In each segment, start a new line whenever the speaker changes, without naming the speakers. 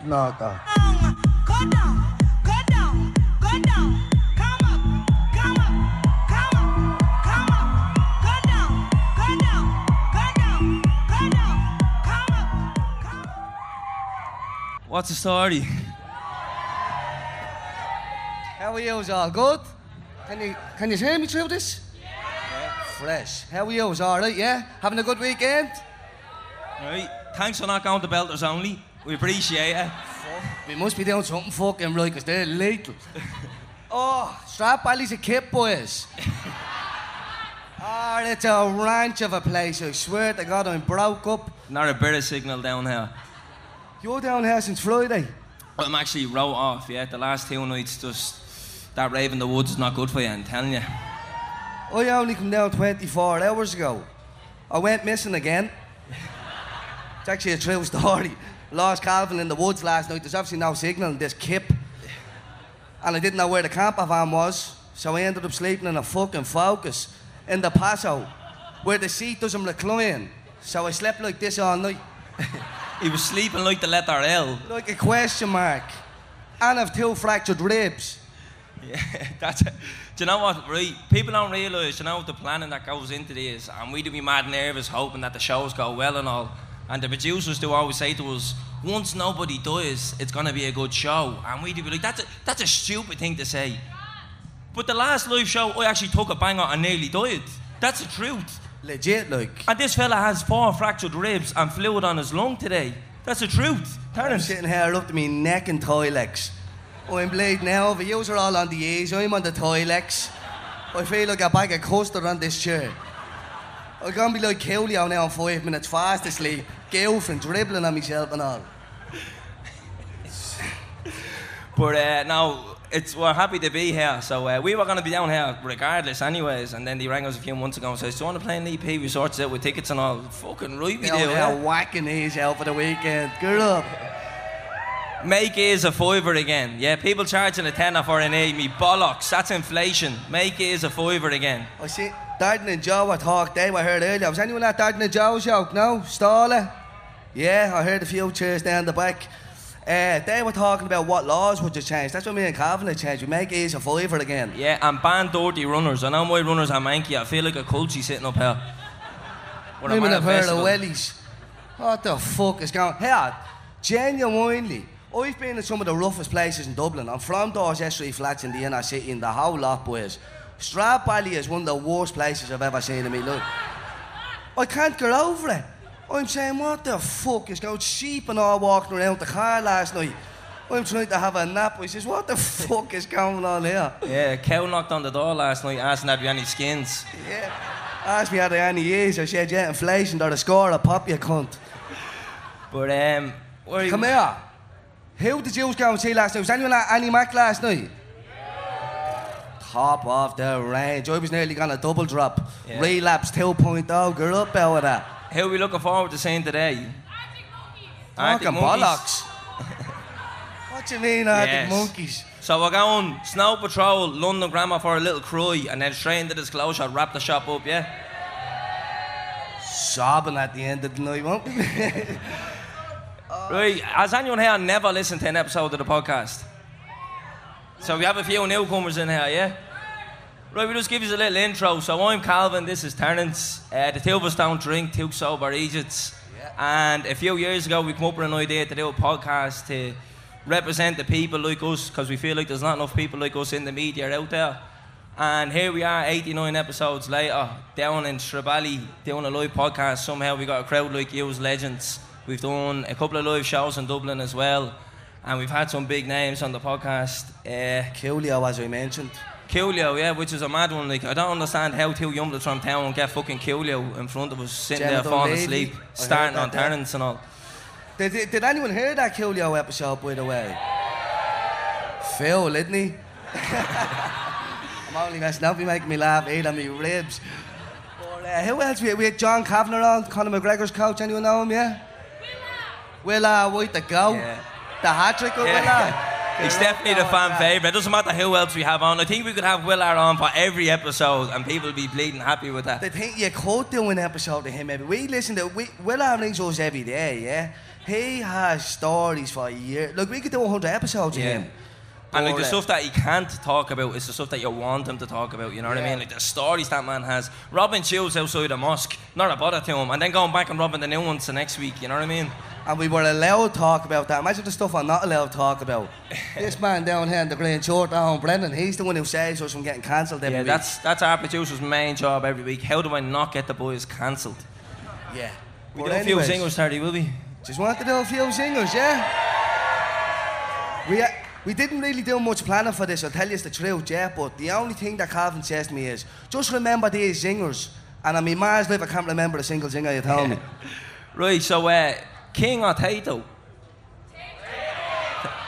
Nata.
What's the story?
How are you? All good? Can you can you hear me through this? Yeah. Fresh. How are you? All right? Yeah. Having a good weekend?
Right. Thanks for not going to Belters only. We appreciate it.
We must be doing something fucking right, 'cause they're lethal. oh, Strap Valley's a kid, boys. oh, it's a ranch of a place. I swear to God, I'm broke up.
Not a better signal down here.
You're down here since Friday.
I'm actually wrote off, yeah. The last two nights, just that rave in the woods is not good for you, I'm telling you.
I Oh, only come down 24 hours ago. I went missing again. it's actually a true story. Lost Calvin in the woods last night. There's obviously no signal in this kip. And I didn't know where the camper van was, so I ended up sleeping in a fucking focus in the Paso, where the seat doesn't recline. So I slept like this all night,
He was sleeping like the letter L.
like a question mark. And I've two fractured ribs.
Yeah, that's it. Do you know what, right? People don't realise, you know, the planning that goes into this, and we'd be mad nervous hoping that the shows go well and all. And the producers do always say to us, once nobody does, it's going to be a good show. And we'd be like, that's a, that's a stupid thing to say. But the last live show, I actually took a banger and nearly died. That's the truth.
Legit, like.
And this fella has four fractured ribs and fluid on his lung today. That's the truth.
I'm
Terence,
sitting here up to me neck and Toilex. I'm bleeding now, but yous are all on the ease. I'm on the Toilex. I feel like a bag of custard on this chair. I'm gonna be like Coolio now in five minutes fast asleep, goofing, dribbling on myself and all.
But uh, no, it's we're happy to be here. So uh, we were going to be down here regardless, anyways. And then they rang us a few months ago and says, "Do you want to play an EP? We sorted it with tickets and all." Fucking right, we
You know,
do.
they're
eh?
whacking these out for the weekend. Girl up.
Make is a fiver again. Yeah, people charging a tenner for an A. Me bollocks. That's inflation. Make is a fiver again.
I see Darden and Joe were talk they were heard earlier. Was anyone at Darden and Joe's joke? No? Staller? Yeah, I heard a few cheers down the back. Uh, they were talking about what laws would you change. That's what me and Calvin had changed. We make ease a fiver again.
Yeah, and ban dirty runners. I know my runners are manky. I feel like a culture sitting up here. We're a
Women have heard
manifesto.
of wellies. What the fuck is going Hey, genuinely, I've been in some of the roughest places in Dublin. I'm from Dawes Estuary Flats in the inner city and the whole lot, boys. Strap Valley is one of the worst places I've ever seen in me life. I can't get over it. I'm saying, what the fuck is going sheep and all walking around the car last night? I'm trying to have a nap. I says, what the fuck is going on here?
Yeah, cow knocked on the door last night asking have you any skins.
Yeah. Asked me how the any years. I said, yeah, inflation, they're the score, I'll pop you, cunt.
But um, where
Come here. Who did you go and see last night? Was anyone at Annie Mac last night? Top off the range. I was nearly gonna double drop.
Yeah.
Relapse 2.0. Girl up out of that.
Who are we looking forward to seeing today? Arctic
Fucking
Monkeys.
bollocks. what do you mean, Arctic
Yes.
Monkeys?
So we're going Snow Patrol, London Grammar for a little cry, and then straight into disclosure, wrap the shop up, yeah?
Sobbing at the end of the night, won't we?
Right, has anyone here never listened to an episode of the podcast? So we have a few newcomers in here, yeah? Right, we just give you a little intro. So I'm Calvin, this is Terence. Uh, the two of us don't drink, two sober idiots. And a few years ago, we come up with an idea to do a podcast to represent the people like us, because we feel like there's not enough people like us in the media out there. And here we are, 89 episodes later, down in Strabally, doing a live podcast. Somehow we got a crowd like you, legends. We've done a couple of live shows in Dublin as well. And we've had some big names on the podcast. Uh,
Coolio, as I mentioned.
Coolio, yeah, which is a mad one. Like, I don't understand how two youngbloods from town get fucking Coolio in front of us, sitting
Gemma
there falling
Dunleavy.
asleep,
I heard
starting
about
on
that.
Terence and all.
Did, did, did anyone hear that Coolio episode, by the way? Phil, didn't he? I'm only messing up, he making me laugh, eat on me ribs. But, uh, who else? We had, we had John Kavanagh on, Conor McGregor's coach, anyone know him, yeah? Willa. Willa, White the go.
Yeah.
The hat trick of
Yeah.
Willa.
He's definitely the fan favourite. It doesn't matter who else we have on. I think we could have Willard on for every episode and people would be bleeding happy with that.
They think you could do an episode of him every We listen to we Will Arnings us every day, yeah? He has stories for years. Look, we could do 100 episodes of him. uh,
And like the
Boring.
stuff that he can't talk about is the stuff that you want him to talk about. You know what I
Yeah.
mean? Like the stories that man has. Robin chills outside a mosque, not a bother to him, and then going back and robbing the new ones the next week. You know what I mean?
And we were allowed to talk about that. Imagine the stuff I'm not allowed to talk about. this man down here in the Green Church, down Brendan, he's the one who saves us from getting cancelled every
Yeah,
week.
that's that's our producer's main job every week. How do I not get the boys cancelled?
yeah.
We
But
do a few
anyways,
singles, Tardy, will we?
Just want to do a few singles, yeah? We, uh, we didn't really do much planning for this, I'll tell you the truth, yeah? But the only thing that Calvin says to me is, just remember these singers. And on my ma's life, I can't remember a single singer you told me.
Right, so uh, King or Tato?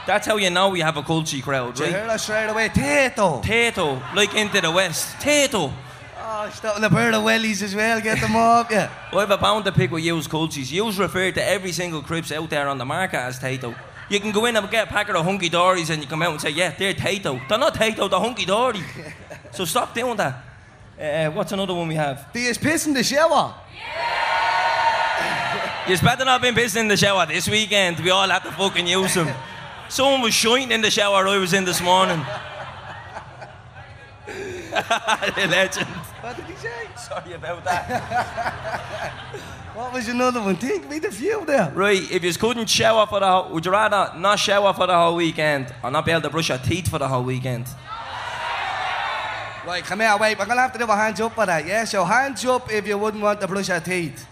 That's how you know we have a culture crowd,
Do you
right?
hear that straight away? Tato!
Tato, like into the west. Tato.
Oh, stopping a bird of wellies as well, get them up, yeah.
I have a bone to pick with yous cultures. Yous refer to every single Crips out there on the market as Tato. You can go in and get a packet of hunky dories and you come out and say, yeah, they're Tato. They're not Tato, they're hunky dory. so stop doing that. Uh, what's another one we have?
He is pissing the shower.
You better not been pissing in the shower this weekend. We all had to fucking use them. Someone was shining in the shower I was in this morning. the legend.
What did he say?
Sorry about that.
What was nou another one? Think me the few there.
Right, if you couldn't shower for the whole, would you rather not shower for the whole weekend or not be able to brush your teeth for the whole weekend?
Right, come here, wait, we're gonna have to do a hands up for that, yeah? eh, So hands up if you wouldn't want to brush your teeth.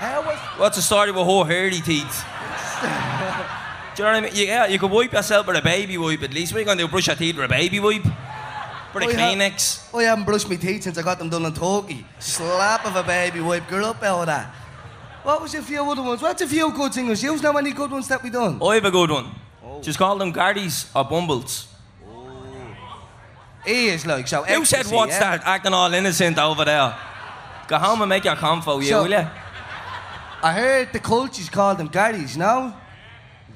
How was
What's the story with whole hairy teeth? do you know what I mean? You- Yeah, you could wipe yourself with a baby wipe at least. What are you going to do? Brush your teeth with a baby wipe? With a
Oh, yeah.
Kleenex?
I haven't brushed my teeth since I got them done in Turkey. Slap of a baby wipe, girl up out of that. What was a few other ones? What's a few good singers? You know any good ones that we done?
I have a good one.
Oh.
Just call them Gardies or Bumbles.
He is like so.
Who
ecstasy,
said what's
yeah?
that? Acting all innocent over there. Go home and make your convo, you
So-
will you?
I heard the cultures called them Gary's now.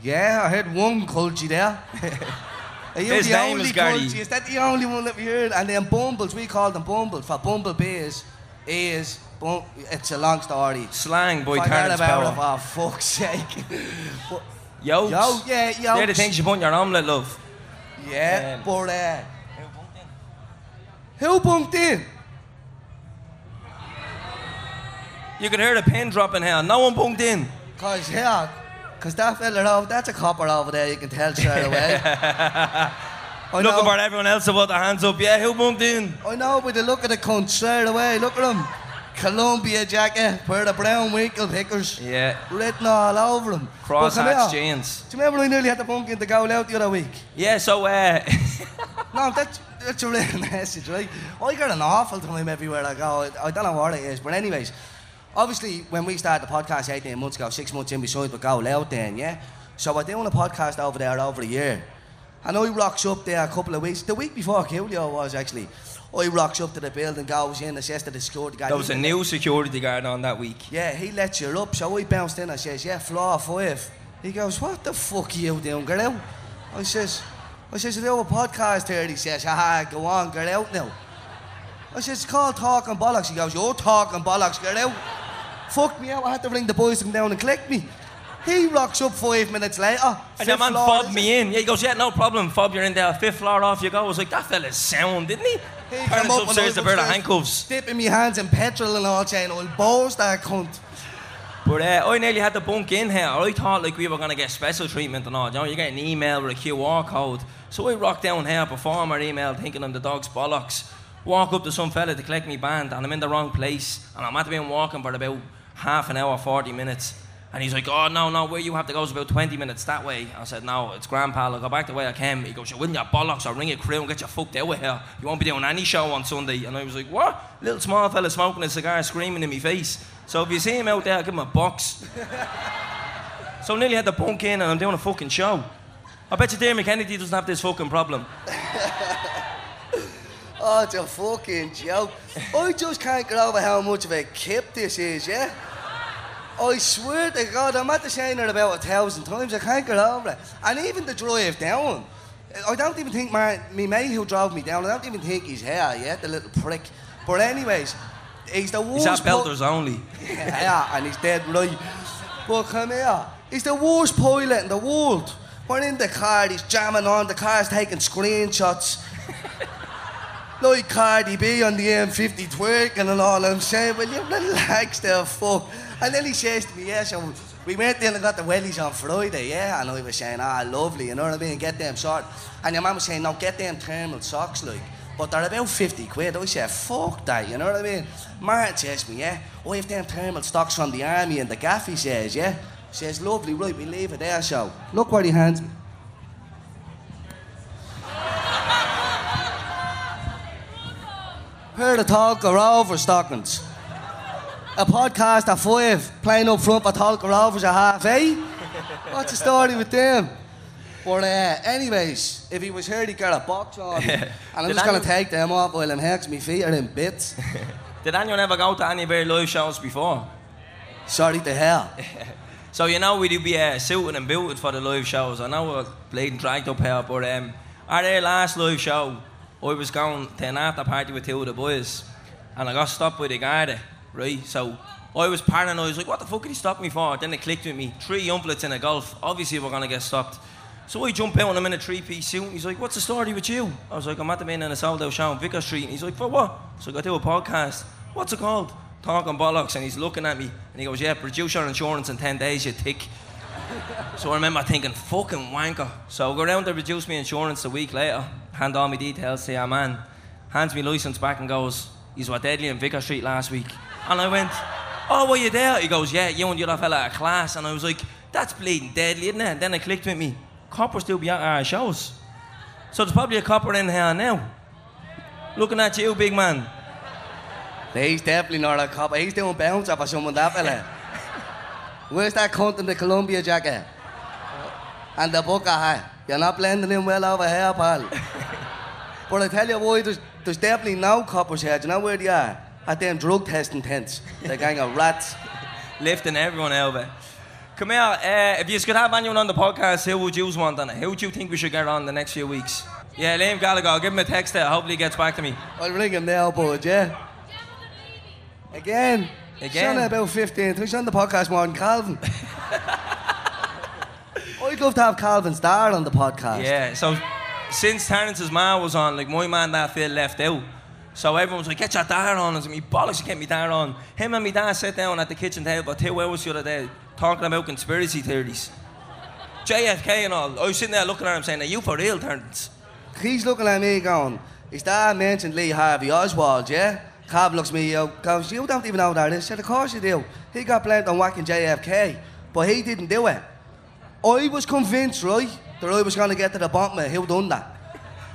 Yeah, I heard one culture there. Are you
His
the
name
only
is Gary.
culture? Is that the only one that we heard? And then Bumbles, we called them Bumbles for bumblebees. Ears. Bum- it's a long story.
Slang boy,
Forget
Terrence
about it
Power.
for fuck's sake. but,
Yokes.
yo, yeah, yo.
They're the things you put in your omelette, love.
Yeah,
Um,
but uh, who bumped in?
You could hear the pin dropping here. No one bunked in.
Cause yeah, cause that fella over that's a copper over there. You can tell straight away. I know-
Looking for everyone else about their hands up. Yeah, who bunked in?
I know, Oh, but the look at the cunt straight away. Look at him. Columbia jacket, pair of brown winkle pickers.
Yeah.
Written all over him.
Cross hatch
Do you
jeans.
remember I nearly had the bunk in the goal out the other week?
Yeah, so uh,
No, that's, that's a real message, right? I get an awful time everywhere I go. I don't know what it is, but anyways, obviously when we started the podcast 18 months ago, six months in, we signed with Go Loud then, yeah? So I doing a podcast over there over a year. And I rocks up there a couple of weeks, the week before Coolio was actually. I rocks up to the building, goes in, assess that the security guy.
there was a new security guard on that week.
Yeah, he lets you up. So I bounced in. I says, yeah, floor five. He goes, what the fuck are you doing, girl? out?" I says, I says, I do a podcast here. He says, ah, go on, get out now. I says, it's called Talking Bollocks. He goes, you're talking bollocks, get out. Fuck me out. I had to ring the boys to come down and collect me. He rocks up five minutes later.
And that
Fifth
man
floor,
fobbed
is
me in. Yeah, he goes, yeah, no problem. Fob, you're in there. Fifth floor off you go. I was like, that fella's sound, didn't he?
He come
Parents
up and
upstairs
I
to wear the
upstairs,
handcuffs.
Dipping me hands in petrol and all, saying, I'll boss that cunt.
But uh, I nearly had to bunk in here. I thought like we were gonna get special treatment and all. You know, you get an email with a QR code. So I rocked down here, perform our email, thinking I'm the dog's bollocks. Walk up to some fella to collect me band, and I'm in the wrong place. And I'm at been walking for about half an hour, 40 minutes. And he's like, "Oh no, no, where you have to go is about 20 minutes that way." I said, "No, it's grandpa. I'll go back the way I came." He goes, "You wouldn't your bollocks? I'll ring your crew and get you fucked out of here. You won't be doing any show on Sunday." And I was like, "What?" Little small fella smoking a cigar, screaming in my face. So if you see him out there, give him a box. So I nearly had the punk in and I'm doing a fucking show. I bet you Dermot Kennedy doesn't have this fucking problem.
Oh, it's a fucking joke. I just can't get over how much of a kip this is, yeah? I swear to God, I'm at the Shiner about a thousand times. I can't get over it. And even the drive down. I don't even think my, me mate who drove me down, I don't even think he's here yet, the little prick. But anyways, he's the worst...
He's at
pu-
Belters only.
yeah, and he's dead right. But come here, he's the worst pilot in the world. We're in the car, he's jamming on, the car's taking screenshots. like Cardi B on the M50 twerking and all. I'm saying, well, you relax there, fuck. And then he says to me, yeah, so we went in and got the wellies on Friday, yeah. And I was saying, ah, lovely, you know what I mean? Get them sort. And your mum was saying, no, get them thermal socks, like. But they're about 50 quid. I said, fuck that, you know what I mean? Martin says to me, yeah, oh, if them thermal stocks from the army and the gaff, he says, yeah. Says, lovely, right, we leave it there, so. Look what he hands me. Heard the talk of Rovers, Stockmans. A podcast at five, playing up front for Talk of Rovers at half eight. What's the story with them? But uh, anyways, if he was here, he'd get a box on me. And I'm
Did
just going
anyone-
to take them off while I'm hex. My feet are in bits.
Did anyone ever go to any Bear live shows before?
Sorry to hell.
So you know we do be uh, suited and booted for the live shows. I know we're bleeding dragged up here, but um, at our last live show, I was going to an after party with two of the boys, and I got stopped by the guard, right? So I was paranoid, like, what the fuck did he stop me for? Then it clicked with me, three umplets in a golf. Obviously we're gonna get stopped. So I jump out and I'm in a three-piece suit. and He's like, what's the story with you? I was like, I'm at the main in a sold-out show on Vicar Street. And he's like, for what? So I got to a podcast. What's it called? talking bollocks and he's looking at me and he goes, Yeah, produce your insurance in 10 days, you tick. so I remember thinking, Fucking wanker. So I go round to reduce my insurance a week later, hand all my details, say I'm on, hands me license back and goes, He's what deadly in Vicar Street last week. And I went, Oh, were you there? He goes, Yeah, you and your other fella at class. And I was like, That's bleeding deadly, isn't it? And then it clicked with me, Copper still be at our shows. So there's probably a copper in here now. Looking at you, big man.
He's definitely not a cop. He's doing bounce up or someone that fella. Where's that cunt in the Columbia jacket? And the bucket hat. You're not blending in well over here, pal. but I tell you boy, there's, there's definitely no coppers here. Do you know where they are? At them drug testing tents. The gang of rats.
lifting everyone over. Come here, uh, if you could have anyone on the podcast, who would you want on it? Who would you think we should get on the next few weeks? Yeah, Liam Gallagher, I'll give him a text there. Hopefully he gets back to me.
I'll ring him now, bud, yeah? Again.
Again?
He's on about 15. He's on the podcast more than Calvin. I'd love to have Calvin Starr on the podcast.
Yeah, so since Terrence's ma was on, like my man that feel left out. So everyone's like, get your dad on. I was like, me bollocks, you get me dad on. Him and me dad sat down at the kitchen table about two hours the other day talking about conspiracy theories. JFK and all. I was sitting there looking at him saying, are you for real, Terrence?
He's looking at me going, his dad mentioned Lee Harvey Oswald, yeah? Cobb looks at me, yo, goes, you don't even know who that is. I said, of course you do. He got blamed on whacking JFK, but he didn't do it. I was convinced, right, that I was going to get to the bottom of who done that.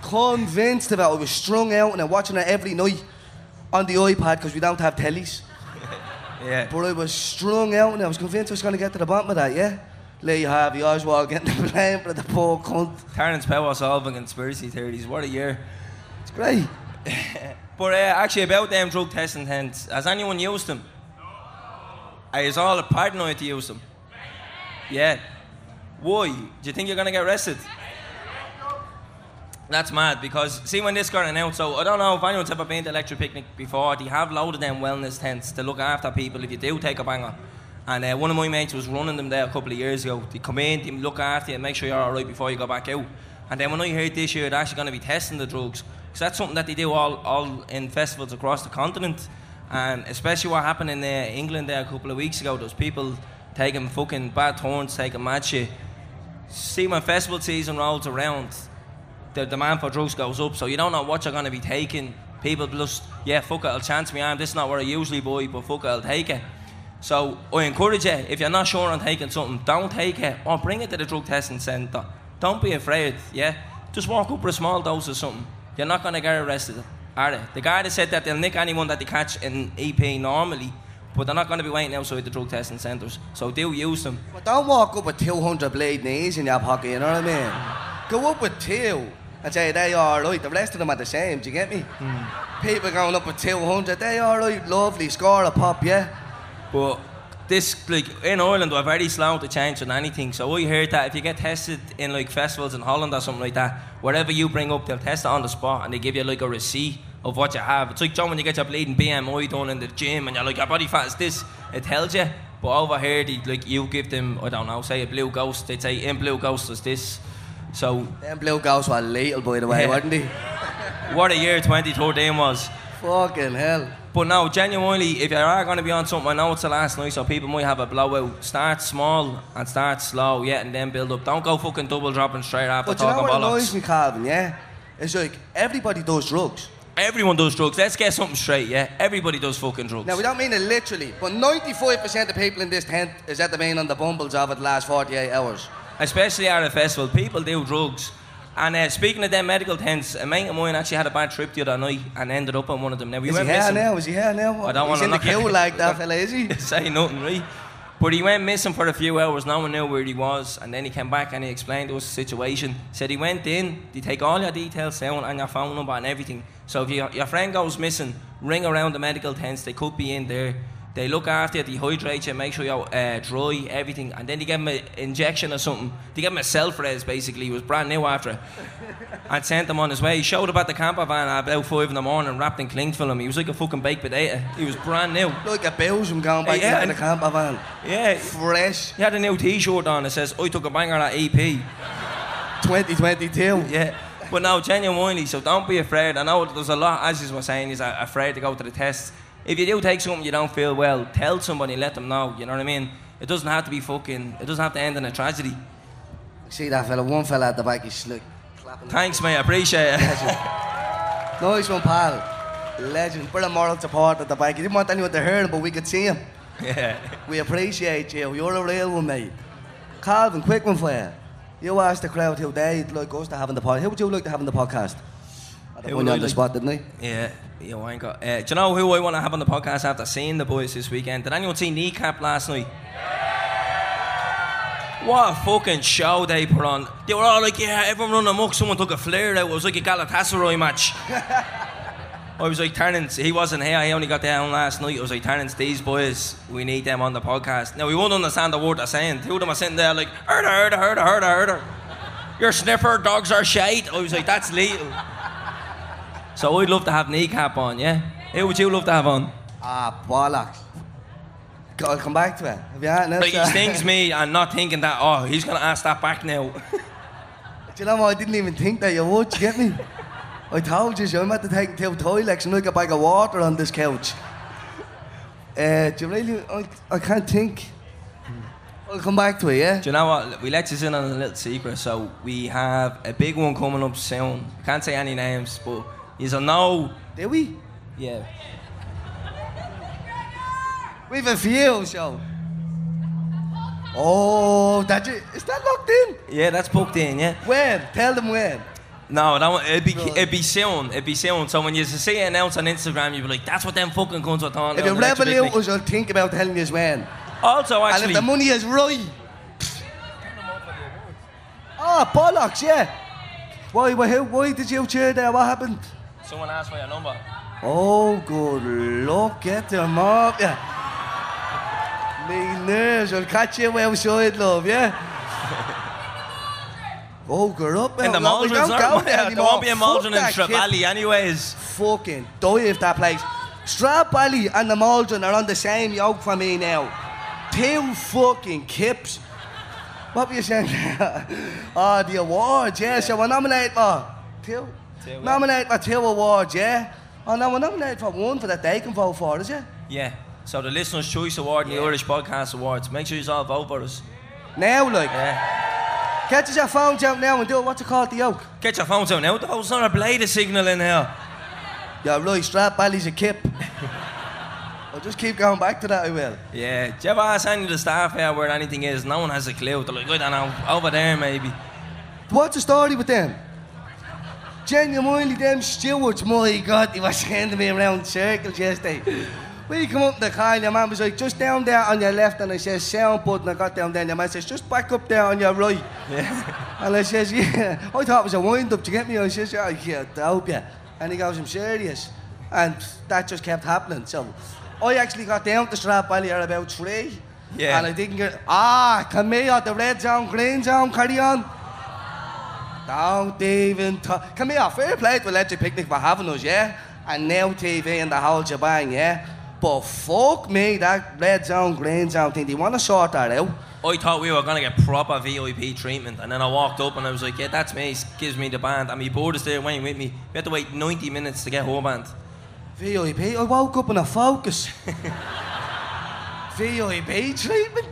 Convinced of it. I was strung out and I'm watching it every night on the iPad because we don't have tellies.
Yeah.
But I was strung out and I was convinced I was going to get to the bottom of that, yeah? Lee Harvey Oswald getting the blame for the poor cunt.
Terrence Power solving conspiracy theories. What a year.
It's great.
But uh, actually, about them drug testing tents, has anyone used them? I is all paranoid to use them. Yeah. Why? Do you think you're gonna get arrested? That's mad because see when this got announced, so I don't know if anyone's ever been to Electric Picnic before. They have loaded them wellness tents to look after people if you do take a banger. And uh, one of my mates was running them there a couple of years ago. They come in, they look after you, make sure you're all right before you go back out. And then when I heard this year, they're actually going to be testing the drugs because that's something that they do all, all in festivals across the continent. And especially what happened in uh, England there a couple of weeks ago, those people taking fucking bad turns, taking mad shit. See when festival season rolls around, the demand for drugs goes up, so you don't know what you're going to be taking. People just, yeah, fuck it, I'll chance me arm. This is not where I usually buy, but fuck it, I'll take it. So I encourage you, if you're not sure on taking something, don't take it or bring it to the drug testing centre. Don't be afraid, yeah? Just walk up with a small dose of something. You're not going to get arrested. Are they? The guy that said that they'll nick anyone that they catch in EP normally, but they're not going to be waiting outside the drug testing centres. So do use them.
But don't walk up with 200 blade knees in your pocket, you know what I mean? Go up with two and say, they all right, the rest of them are the same, do you get me?
Hmm.
People going up with 200, they all right, lovely, score a pop, yeah?
But this, like, in Ireland, we're very slow to change on anything. So I heard that if you get tested in, like, festivals in Holland or something like that, whatever you bring up, they'll test it on the spot and they give you, like, a receipt of what you have. It's like, John, when you get your bleeding BMI done in the gym and you're like, your body fat is this, it tells you. But over here, they, like you give them, I don't know, say a blue ghost. They say, "In blue ghost is this." So
Them blue girls were lethal, by the way,
Yeah.
weren't they?
what a year 2013 was.
Fucking hell.
But no, genuinely, if you are going to be on something, I know it's the last night, so people might have a blowout. Start small and start slow, yeah, and then build up. Don't go fucking double dropping straight after
But you know
talking
what
bollocks.
annoys me, Calvin, yeah? It's like everybody does drugs.
Everyone does drugs. Let's get something straight, yeah? Everybody does fucking drugs.
Now, we don't mean it literally, but 95% of people in this tent is at the main on the bumbles of it the last 48 hours.
Especially at a festival, people do drugs. And uh, speaking of them medical tents, a mate of mine actually had a bad trip the other night and ended up on one of them. Now, we
Is he
went
here
missing.
now? Is he here now?
I don't
He's
wanna
in the
look at
queue
it.
like that, fella, is he?
say nothing, right? But he went missing for a few hours. No one knew where he was, and then he came back and he explained to us the situation. Said he went in, they take all your details down and your phone number and everything. So if your, your friend goes missing, ring around the medical tents. They could be in there. They look after you, dehydrate you, make sure you're uh, dry, everything, and then they give him an injection or something. They give him a self-res, basically. He was brand new after it. and sent him on his way. He showed up at the camper van at about five in the morning, wrapped in cling film. He was like a fucking baked potato. He was brand new.
Like a Belgium going back
Yeah,
into the
and-
camper van.
Yeah,
Fresh
He had a new T-shirt on that says, "I took a banger at EP."
2022.
Yeah, but no, genuinely. So don't be afraid. I know there's a lot, as you were saying, is uh, afraid to go to the test. If you do take something you don't feel well, tell somebody, let them know. You know what I mean? It doesn't have to be fucking. It doesn't have to end in a tragedy.
See that fella, one fella at the back, he's like clapping.
Thanks, mate. I appreciate it.
Legend. nice one, pal. Legend. Bit of moral support at the back. He didn't want anyone to hear him, but we could see him.
yeah.
We appreciate you. You're a real one, mate. Calvin, quick one for you. You asked the crowd who they'd like us to have in the podcast. Who would you like to have in the podcast? I
Who
put
would
you
I
on the
like-
spot, didn't I?
Yeah, yeah, I ain't got. Uh, do you know who I want to have on the podcast after seeing the boys this weekend? Did anyone see Kneecap last night? What a fucking show they put on. They were all like, yeah, everyone run amok. Someone took a flare out. It was like a Galatasaray match. I was like, Terence, he wasn't here. He only got down last night. I was like, Terence, these boys, we need them on the podcast. Now, we won't understand the word they're saying. Two of them are sitting there like, herder, herder, herder, herder, herder. Your sniffer dogs are shite. I was like, that's lethal. So I'd love to have kneecap on, yeah? Who would you love to have on?
Ah, bollocks. C- I'll come back to it. Have you had an
Like, he
answer?
stings me and not thinking that, oh, he's going to ask that back now.
Do you know what? I didn't even think that you would. You get me? I told you, I'm about to take two toilets and look a bag of water on this couch. Uh, do you really? I, I can't think. I'll come back to it, yeah?
Do you know what? We let you in on a little secret. So we have a big one coming up soon. I can't say any names, but you'll know.
Do we?
Yeah.
We've a few, so. Oh, that's it. Is that locked in?
Yeah, that's booked in, yeah?
When? Tell them when.
No, that one, it'd, be, it'd be soon. It'd be soon. So when you see it announced on Instagram, you'd be like, that's what them fucking cunts were talking
If you
about on the
rebel out
electric
us, I'll think about telling you when.
picnic." Also,
And if
actually,
the money is right. Oh, bollocks, yeah. Why, why, who- why did you cheer there? What happened?
someone asked for your number.
Oh, good luck. Get them up, yeah. Me nerves. I'll catch you outside, love, yeah? Oh, girl up, man.
In the
love, we
Maldrons,
don't go
aren't
there
there? There
anymore.
won't be a
Fuck
Maldron in
that kid.
Trevally, anyways.
Fucking die if that place. Strap Alley and the Maldron are on the same yoke for me now. Two fucking kips. What were you saying? oh, the awards, yeah. So we're nominated for two.
Two, yeah.
Nominated for two awards, yeah. Oh no, we're nominated for one for that they can vote for, is it?
Yeah. So the Listener's Choice Award and the Irish Podcast Awards. Make sure you all vote for us.
Now, like,
Yeah.
catch us your phones out now and do it. What's it called, the yoke?
Get your phones out now. Oh, it's not a blade of signal in here.
Yeah, right, Strap Alley's a kip. I'll just keep going back to that, I will.
Yeah. Do you ever ask any of the staff here where anything is? No one has a clue. They're like, I don't know, over there maybe.
What's the story with them? Genuinely, them stewards, my God, they were sending me around in circles yesterday. We come up in the car and your man was like, just down there on your left. And I says, sound button. I got down there and your man says, just back up there on your right.
Yeah.
And I says, yeah. I thought it was a wind-up, do you get me? I says, yeah, yeah, I hope yeah. And he goes, I'm serious. And that just kept happening. So I actually got down to Strap Valley at about three.
Yeah.
And I didn't get, ah, to me or the red zone, green zone, carry on. Don't even talk. Come here, fair play to Electric Picnic for having us, yeah? And now TV and the whole shebang, yeah? But fuck me, that red zone, green zone thing, they want to sort that out.
I thought we were going to get proper VIP treatment, and then I walked up and I was like, yeah, that's me, he gives me the band, and my board is there waiting with me. We had to wait 90 minutes to get whole band.
VIP, I woke up in a focus. VIP treatment?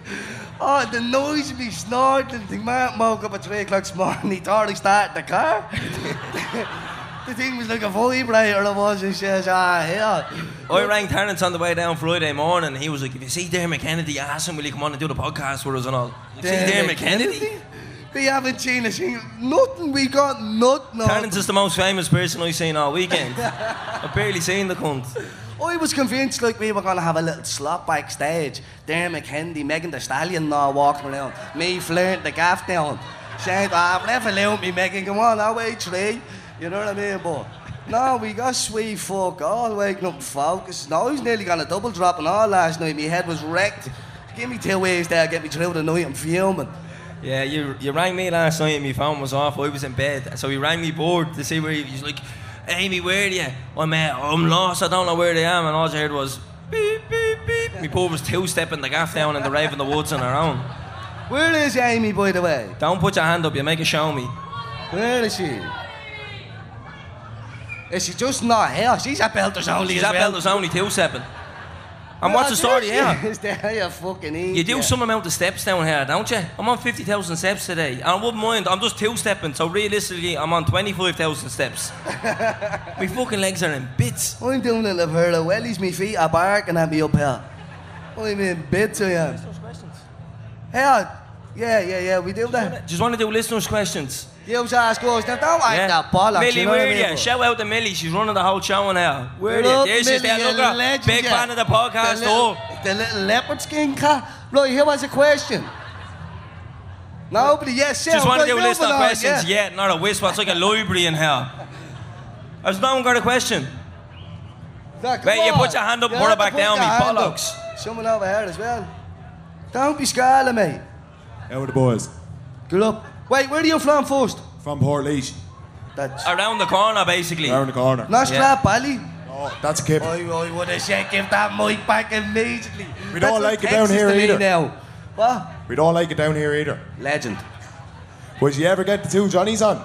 Oh, the noise of me snorting. The man woke up at 3 o'clock this morning, he thought he started the car. the thing was like a vibrator, it was. He says, ah, yeah.
I rang Terence on the way down Friday morning, and he was like, if you see Dermot Kennedy, ask him, will you come on and do the podcast with us and all. Like, see Dermot Kennedy?
They haven't seen a single, nothing, we got nothing. on
Terence is the most famous person I've seen all weekend. I've barely seen the cunt.
I Oh, was convinced like we were gonna have a little slop backstage. Dermot Kennedy, Megan the Stallion now walking around. Me flaring the gaff down. Saying, I've never loved me, Megan, come on, I'll wait three. You know what I mean? But no, we got sweet fuck all waking up focused. No, I was nearly gonna double drop and all last night. My head was wrecked. Give me two ways there, get me through the night, I'm fuming.
Yeah, you you rang me last night and my phone was off. I was in bed, so he rang me bored to see where he, he's like, "Amy, where are you?" I'm uh, I'm lost. I don't know where they am. And all I heard was beep beep beep. My poor was two stepping the gaff down and the rave in the woods on her own.
Where is Amy, by the way?
Don't put your hand up. You make a show me.
Where is she? Is she just not here? She's at Belters only
She's
as
at
well.
Belters only two stepping. And what's the story here?
Is there you fucking
You do some amount of steps er down here, don't you? I'm on 50,000 steps today. And I wouldn't mind, I'm just two stepping, so realistically, I'm on 25,000 steps. My fucking legs are in bits.
I'm doing it in Well, Wellies, me feet are barking at me up here. I'm in bits, I am. Here, yeah, yeah, yeah, we do that.
Just want to do listeners' questions.
You was ask us, now don't act that bollocks,
Millie,
you know
where
what I
are
mean,
you?
but-
Shout out to Millie, she's running the whole show on here. Where
Well,
are you? There she's there,
Millie,
look
you're
at her.
legend,
Big
yeah.
fan of the podcast,
the little,
though.
the little leopard skin cat. Right, here was a question. Nobody, yes, yeah.
Just
we're
want to do
moving
list of
on,
questions,
yeah.
yeah. not a wisp, it's like a library in here. Has no one got a question?
Now, come
Wait, you
on.
put your hand up and
You
put it
have to
back down,
your
me
hand up.
bollocks.
Someone over here as well. Don't be scared, mate.
How are the boys?
Good up. Wait, where are you from first?
From Port Leash,
That's
Around the corner, basically.
around the corner.
not
Yeah.
Strap Valley.
Oh, that's a kip.
I, I would have said give that mic back immediately.
We don't
That's what
like it down
Texas
here
to me
either.
Now. What?
We don't like it down here either.
Legend.
Would you ever get the two Johnnies on?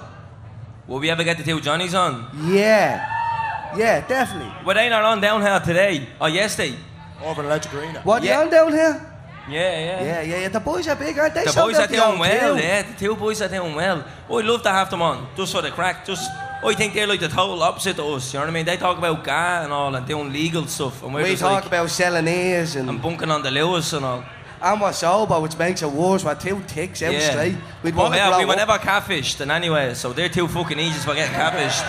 Will we ever get the two Johnnies on?
Yeah. Yeah, definitely.
Well, they not on down here today Oh, or yesterday.
Over in Electric Arena.
What
Yeah.
you on down here?
Yeah, yeah.
Yeah, yeah, yeah. The boys are big, aren't they?
The
Shout
boys
out
are
to
doing
Old
well,
Kill.
yeah. The two boys are doing well. Oh, I'd love to have them on, just for the crack. Just, I think they're like the total opposite to us. You know what I mean? They talk about ga and all and doing legal stuff, and we're
We
just
talk
like
about selling ears and
and bunking on the Lewis and all.
I'm a sober, which makes it worse. We're two ticks every
yeah.
straight. We'd
But
want
yeah,
to
we
blow
were
up.
never catfished, and anyway, so they're too fucking easy for getting catfished.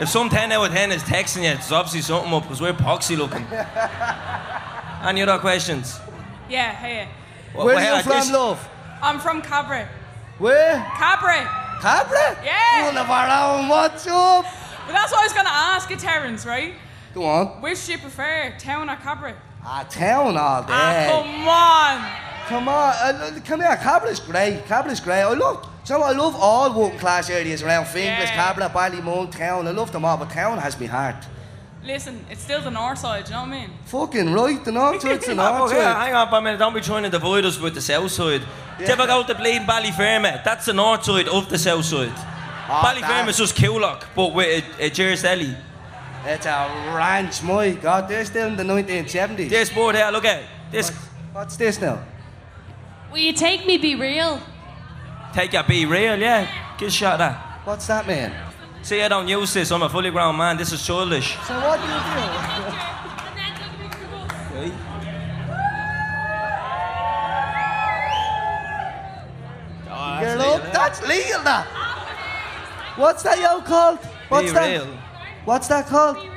If some 10 out of 10 is texting you, it's obviously something up because we're poxy looking. Any other questions?
Yeah, hey.
Well,
Where
well,
are
I
you from,
just-
love?
I'm from Cabra.
Where?
Cabra!
Cabra?
Yeah.
One of our own. What's up?
But that's what I was going to ask you, Terence, right?
Go on.
Which do you prefer, town or Cabra?
Ah, town all day.
Ah, come on!
Come on, uh, l- come here. Cabra's great. Cabra's great. I love. So I love all working class areas around Finglas,
Yeah.
Cabra, Ballymun, Town. I love them all, but Town has me heart.
Listen, it's still the north side, do you know what I mean?
Fucking right, the north side's the
Oh,
north
yeah,
side.
hang on for a minute. Don't be trying to divide us with the south side. Do you ever go to bleeding Ballyferma? That's the north side of the south side.
Ah,
Ballyferma's just Coolock, but with a, a Jersey alley.
It's a ranch, my God. They're still in the 1970s.
This board here, look at it. This,
What's this now?
Will you take me be real?
take your be real, yeah. Give a shot at that.
What's that mean?
See, I don't use this. I'm a fully grown man. This is childish.
So what do you do?
Right?
Girl up? That's legal, that. What's that yo called? What's
Be
that?
real.
What's that called?
Be real.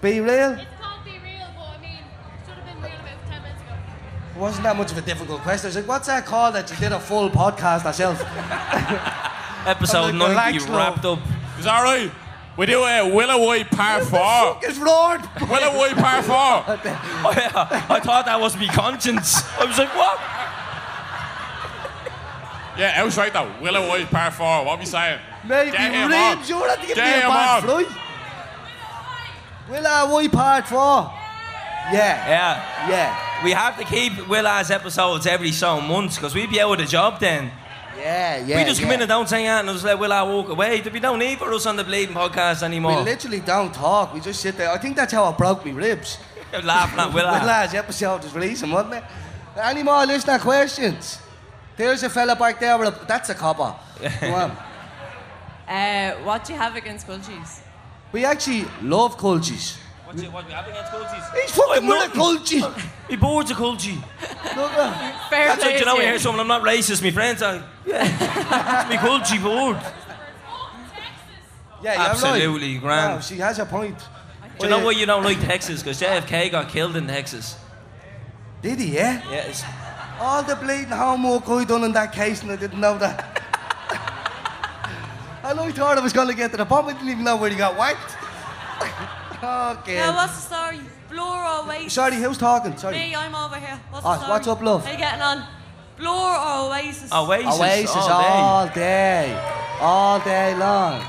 Be real.
It's called be real, but I mean, should have been real about 10 minutes ago.
It wasn't that much of a difficult question. I was like, what's that called that you did a full podcast herself?
Episode
I'm like,
90
relax, love.
wrapped up.
It's all right. We do a Willowwood Par
Oh.
4.
It's roared.
Willowwood Par 4.
Oh, yeah. I thought that was me conscience. I was like, what?
Yeah, I was right though. Willowwood Par 4. What we saying?
Maybe
Get him on.
ribs. You're not to give me
Get
a
him
bad
on.
fly. Will I we part four? Yeah.
Yeah.
Yeah.
We have to keep Will I's episodes every so months because we'd be out of the job then.
Yeah, yeah.
we just come
yeah.
in and don't say anything and just let Will I walk away. There'd be no need for us on the bleeding podcast
We
anymore.
literally don't talk. We just sit there. I think that's how I broke my ribs.
Laughing at Will
When
I.
last episode was releasing, wasn't it? Any more listener questions? There's a fella back there with a. That's a copper. Come on.
Uh, what do you have against Gulchies?
We actually love cultures.
What's it, what we have against culties?
He's fucking
I've
with a
nothing.
culture.
He boards a culture.
Look at-
Fair
That's what you know,
to
you
you.
hear someone, I'm not racist, my friends are. Yeah. it's me culture board.
yeah, you're right.
Absolutely, grand.
No, she has a point.
Do you know why you don't like Texas? Because JFK got killed in Texas.
Did he, yeah?
Yeah, it's,
All the bleeding homework I done in that case and I didn't know that. I only thought I was going to get to the bottom. I didn't even know where he got whacked. okay.
Now, what's the story? Blur or Oasis?
Sorry, who's talking? Sorry.
Me, I'm over here. What's
Ah,
the story?
what's up, love?
How you getting on? Blur or Oasis?
Oasis,
Oasis
all
all
day.
day. All day long.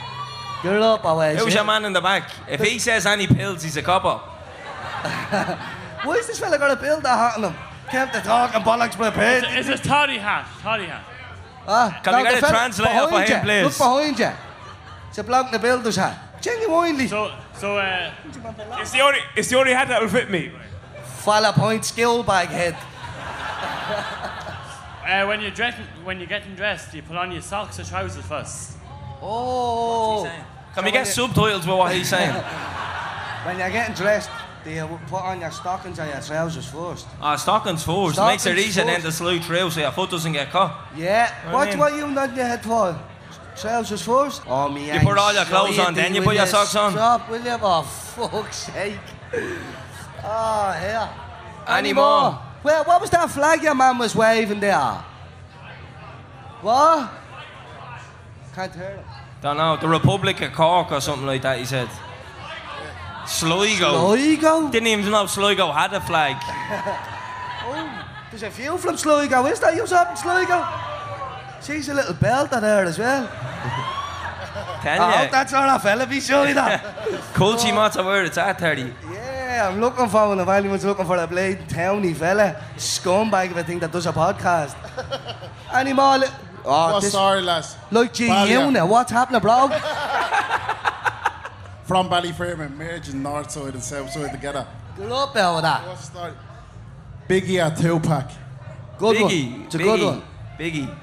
You're up, Oasis.
Who's your man in the back? If he says any pills, he's a copper.
Why is this fella got a build that hot on him? Can't they talk and bollocks with a pin?
It's a toddy hat, toddy hat.
Ah,
Can we get
the
a
fella
translator for
behind
him,
you.
please?
Look behind you. It's a bloke in the builder's hat. Genuinely.
So, so, uh,
It's the only, it's the only hat that will fit me.
Fella point skill bag head.
uh, when you're dressing, when you're getting dressed, you put on your socks or trousers first.
Oh.
Can we get
when you-
subtitles with what he's saying?
When you're getting dressed, do you put on your stockings or your trousers first?
Ah, stockings first. Makes it
Stockings
easier then
first.
to slew through so your foot doesn't get caught.
Yeah.
What do
What,
you mean?
what you nodding your head for? Trousers first? Oh, me
You put all your clothes on, then you put your socks on.
Stop, will you? For fuck's sake. Oh, hell.
Any more?
Well, what was that flag your man was waving there? What? Can't hear him.
Don't know. The Republic of Cork or something like that, he said.
Oh.
Sligo.
Sligo?
Didn't even know Sligo had a flag.
Oh, there's a few from Sligo, is there? You was up in Sligo? She's a little belter there as well.
Tell
I
ya.
hope that's not a fella beside her. Oh.
Culture matter where it's at, Terry.
Yeah, I'm looking for one. If anyone's looking for a blade, towny fella, scumbag of a thing that does a podcast. Any more? Li- oh,
Oh,
this,
sorry, lads.
like G
Well, yeah.
Unit. What's happening, bro?
From Ballyferman, merging north side and south side together.
Good up there with that.
What's the story? Biggie at Tupac.
Good one.
Biggie.
It's a
Biggie.
good one.
Biggie.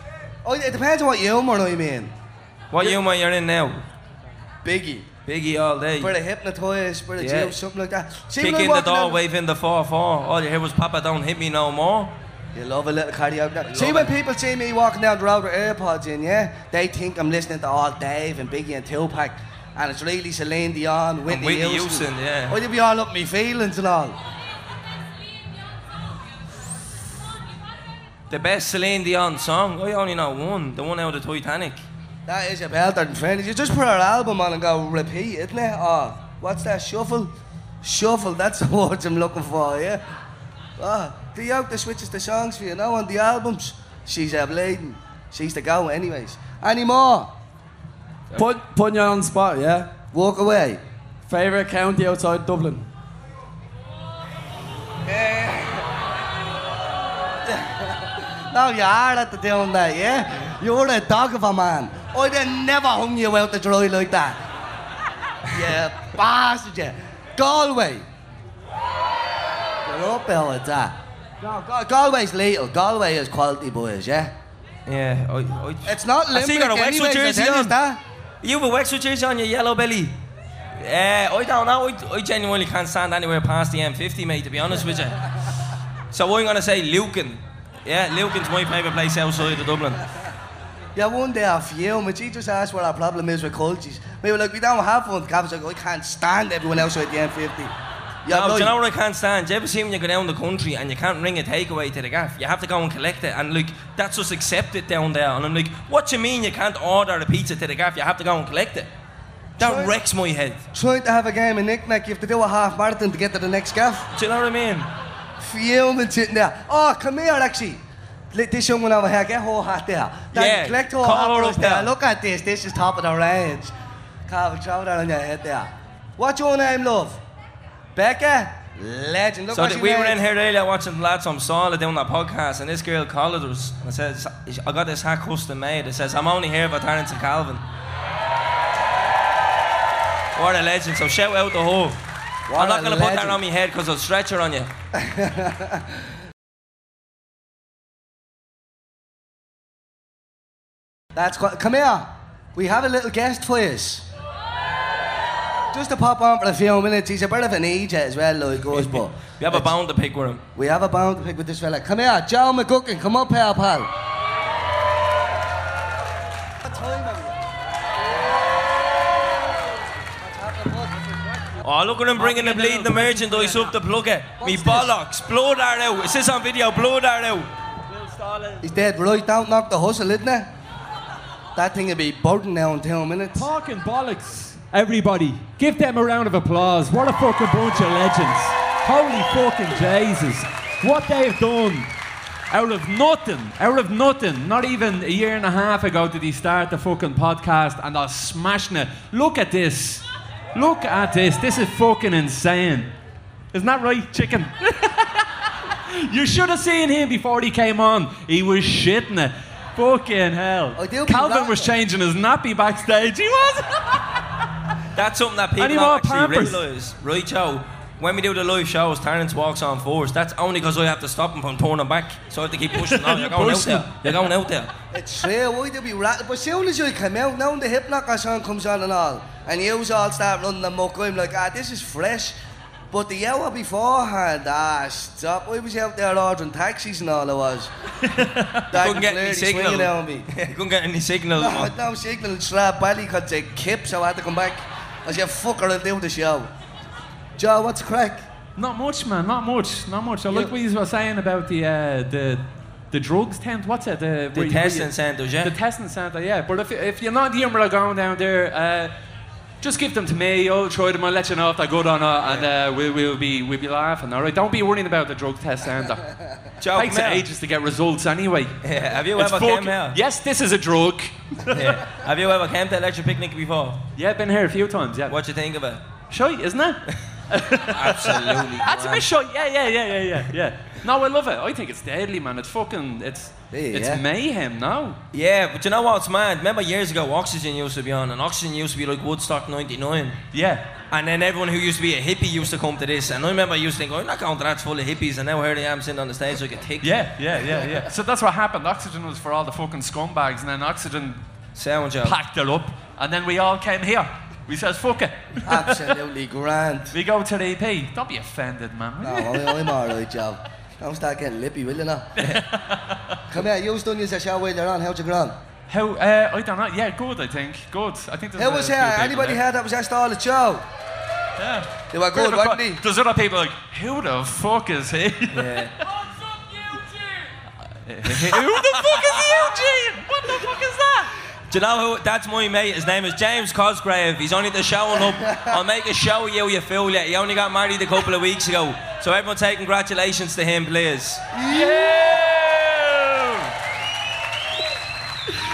Oh, it depends on what humour I mean.
What humour you're in now?
Biggie.
Biggie all day.
For the hypnotist, for the
Yeah.
Jew, something like that. See,
Kick
when I
in the
walk
door,
down-
wave in the 4-4. All you hear was Papa don't hit me no more.
You love a little karaoke. Now. See,
love
when
it.
people see me walking down the road with AirPods in, yeah, they think I'm listening to all Dave and Biggie and Tupac, and it's really Celine Dion, Whitney,
Whitney Houston, yeah.
Or you be all up me feelings and all.
The best Celine Dion song. I only know one. The one out of Titanic.
That is a belter and friends. You just put her album on and go repeat, isn't it? Oh, what's that shuffle? Shuffle. That's the words I'm looking for. Yeah. Oh, the yoke that switches the songs for you now on the albums. She's a bleeding. She's the go, anyways. Any more?
Put, putting you on the spot, yeah?
Walk away.
Favourite county outside Dublin?
Now you are at the doing that, yeah? You're a dog of a man. I'd have never hung you out to dry like that. you bastard, you. Galway. You're up there with that. No, Gal- Galway's lethal. Galway is quality boys, yeah?
Yeah. I, I,
It's not
I see you
Limerick
got a Wexford
anyways, I
jersey
tell you
on.
that.
You have a Wexford jersey on your yellow belly. Yeah, I don't know. I, I genuinely can't stand anywhere past the M50, mate, to be honest with you. So I'm going to say Lucan. Yeah, Lucan's my favourite place outside of Dublin.
Yeah, one day I fume, and she just asked what our problem is with cultures. We were like, we don't have one. Gavin's like, I can't stand everyone else at the M50. Yeah,
No, do
right.
you know what I can't stand? Do you ever see when you go down the country and you can't ring a takeaway to the gaff? You have to go and collect it, and like that's just accepted down there. And I'm like, what you mean you can't order a pizza to the gaff? You have to go and collect it. That
Sure.
wrecks my head.
Trying to have a game of knick-knack, you have to do a half marathon to get to the next gaff.
Do you know what I mean?
fuming sitting there. Oh, come here, actually. Let this young one over here, get her hat there. Then
Yeah,
collect her
call
hat
her
for
up
us there.
there.
Look at this, this is top of the range. Carl, throw that on your head there. What's your name, love? Becca, legend. Look
So
what
th-
she
we
made.
were in here earlier watching the lads on Solid doing that podcast, and this girl called us and says, I got this hat custom made. It says, I'm only here for Terence and Calvin. What a legend. So shout out the whole.
What
I'm not
a
going to put that
legend.
on my head because I'll stretch her on you.
That's quite, come here. We have a little guest for you. Just to pop on for a few minutes. He's a bit of an idiot as well, like us, but
We have a bone to pick with him.
we have a bound to pick with this fella. Come here, Joe McGuckin. Come up here, pal. What time are we at? What's happening, bud?
Oh, look at him bringing the bleeding the merchandise up the plugger. Me
What's this?
bollocks. Blow that out. It says on video, blow that out.
He's dead right down, knock the hustle, isn't it? That thing will be burning now in 10 minutes.
Talking bollocks, everybody. Give them a round of applause. What a fucking bunch of legends. Holy fucking Jesus. What they've done out of nothing, out of nothing, not even a year and a half ago did he start the fucking podcast and they're smashing it. Look at this. Look at this. This is fucking insane. Isn't that right, chicken? you should have seen him before he came on. He was shitting it. Fucking hell.
I do be
Calvin
laughing.
was changing his nappy backstage. He was.
That's something that people
Any
don't
more
actually
Pampers?
realise. Right, Joe? When we do the live shows, Terence walks on fours. That's only because I have to stop him from turning back. So I have to keep pushing. No, you're going
pushing.
out there. You're going out there.
It's true, why do be rattled? But soon as you come out, now the hip knocker song comes on and all, and you all start running amok, I'm like, ah, this is fresh. But the hour beforehand, ah, stop. I was out there ordering taxis and all I was. that
Couldn't get any signal.
swinging on me.
Couldn't get any signal.
No, I
man.
had no signal in Slab Valley because they kipped, so I had to come back. I said, fucker, I'll do the show. Joe, what's the crack?
Not much, man. Not much. Not much. I like what you were saying about the uh, the the drugs tent. What's it? The, where
The
you- where
testing
you-
centres, yeah?
The testing centre. Yeah. But if, if you're not humor or going down there, uh, just give them to me. I'll try them. I'll let you know if they're good or not, and uh, we, we'll be we'll be laughing. All right. Don't be worrying about the drug test centre.
Joe,
Takes
come here.
ages to get results anyway.
Yeah, have you
It's
ever
fuck-
Oh, came here?
Yes, this is a drug.
Yeah. Have you ever came to Electric Picnic before?
Yeah, been here a few times. Yeah.
What you think of it?
Shite, isn't it?
Absolutely.
That's a
grand.
bit shite. Yeah, yeah, yeah, yeah, yeah, yeah. No, I love it. I think it's deadly, man. It's fucking, it's,
Yeah,
it's
yeah.
mayhem now.
Yeah, but you know what's mad? Remember years ago, Oxygen used to be on, and Oxygen used to be like Woodstock 99.
Yeah.
And then everyone who used to be a hippie used to come to this. And I remember I used to think, oh, I'm not going to that's full of hippies. And now here I am sitting on the stage like a tick.
Yeah, yeah, yeah, yeah. so that's what happened. Oxygen was for all the fucking scumbags, and then Oxygen
Sound job.
packed it up, and then we all came here. We says, fuck it.
Absolutely grand.
We go to the EP. Don't be offended, man.
No, I- I'm all right, Joe. Don't start getting lippy, will you now? Come here, you was done as a show earlier on. How's it going?
How, uh, I don't know. Yeah, good, I think. Good. I think there's
How
a
was
few
here?
people
Anybody
there.
here that was just all the show?
Yeah.
They were good, weren't they?
There's other people like, who the fuck is he?
Yeah.
who the fuck is Eugene? What the fuck is that?
Do you know who? That's my mate. His name is James Cosgrave. He's only the showing up. I'll make a show of you, you fool. Yeah. He only got married a couple of weeks ago. So everyone say congratulations to him, please.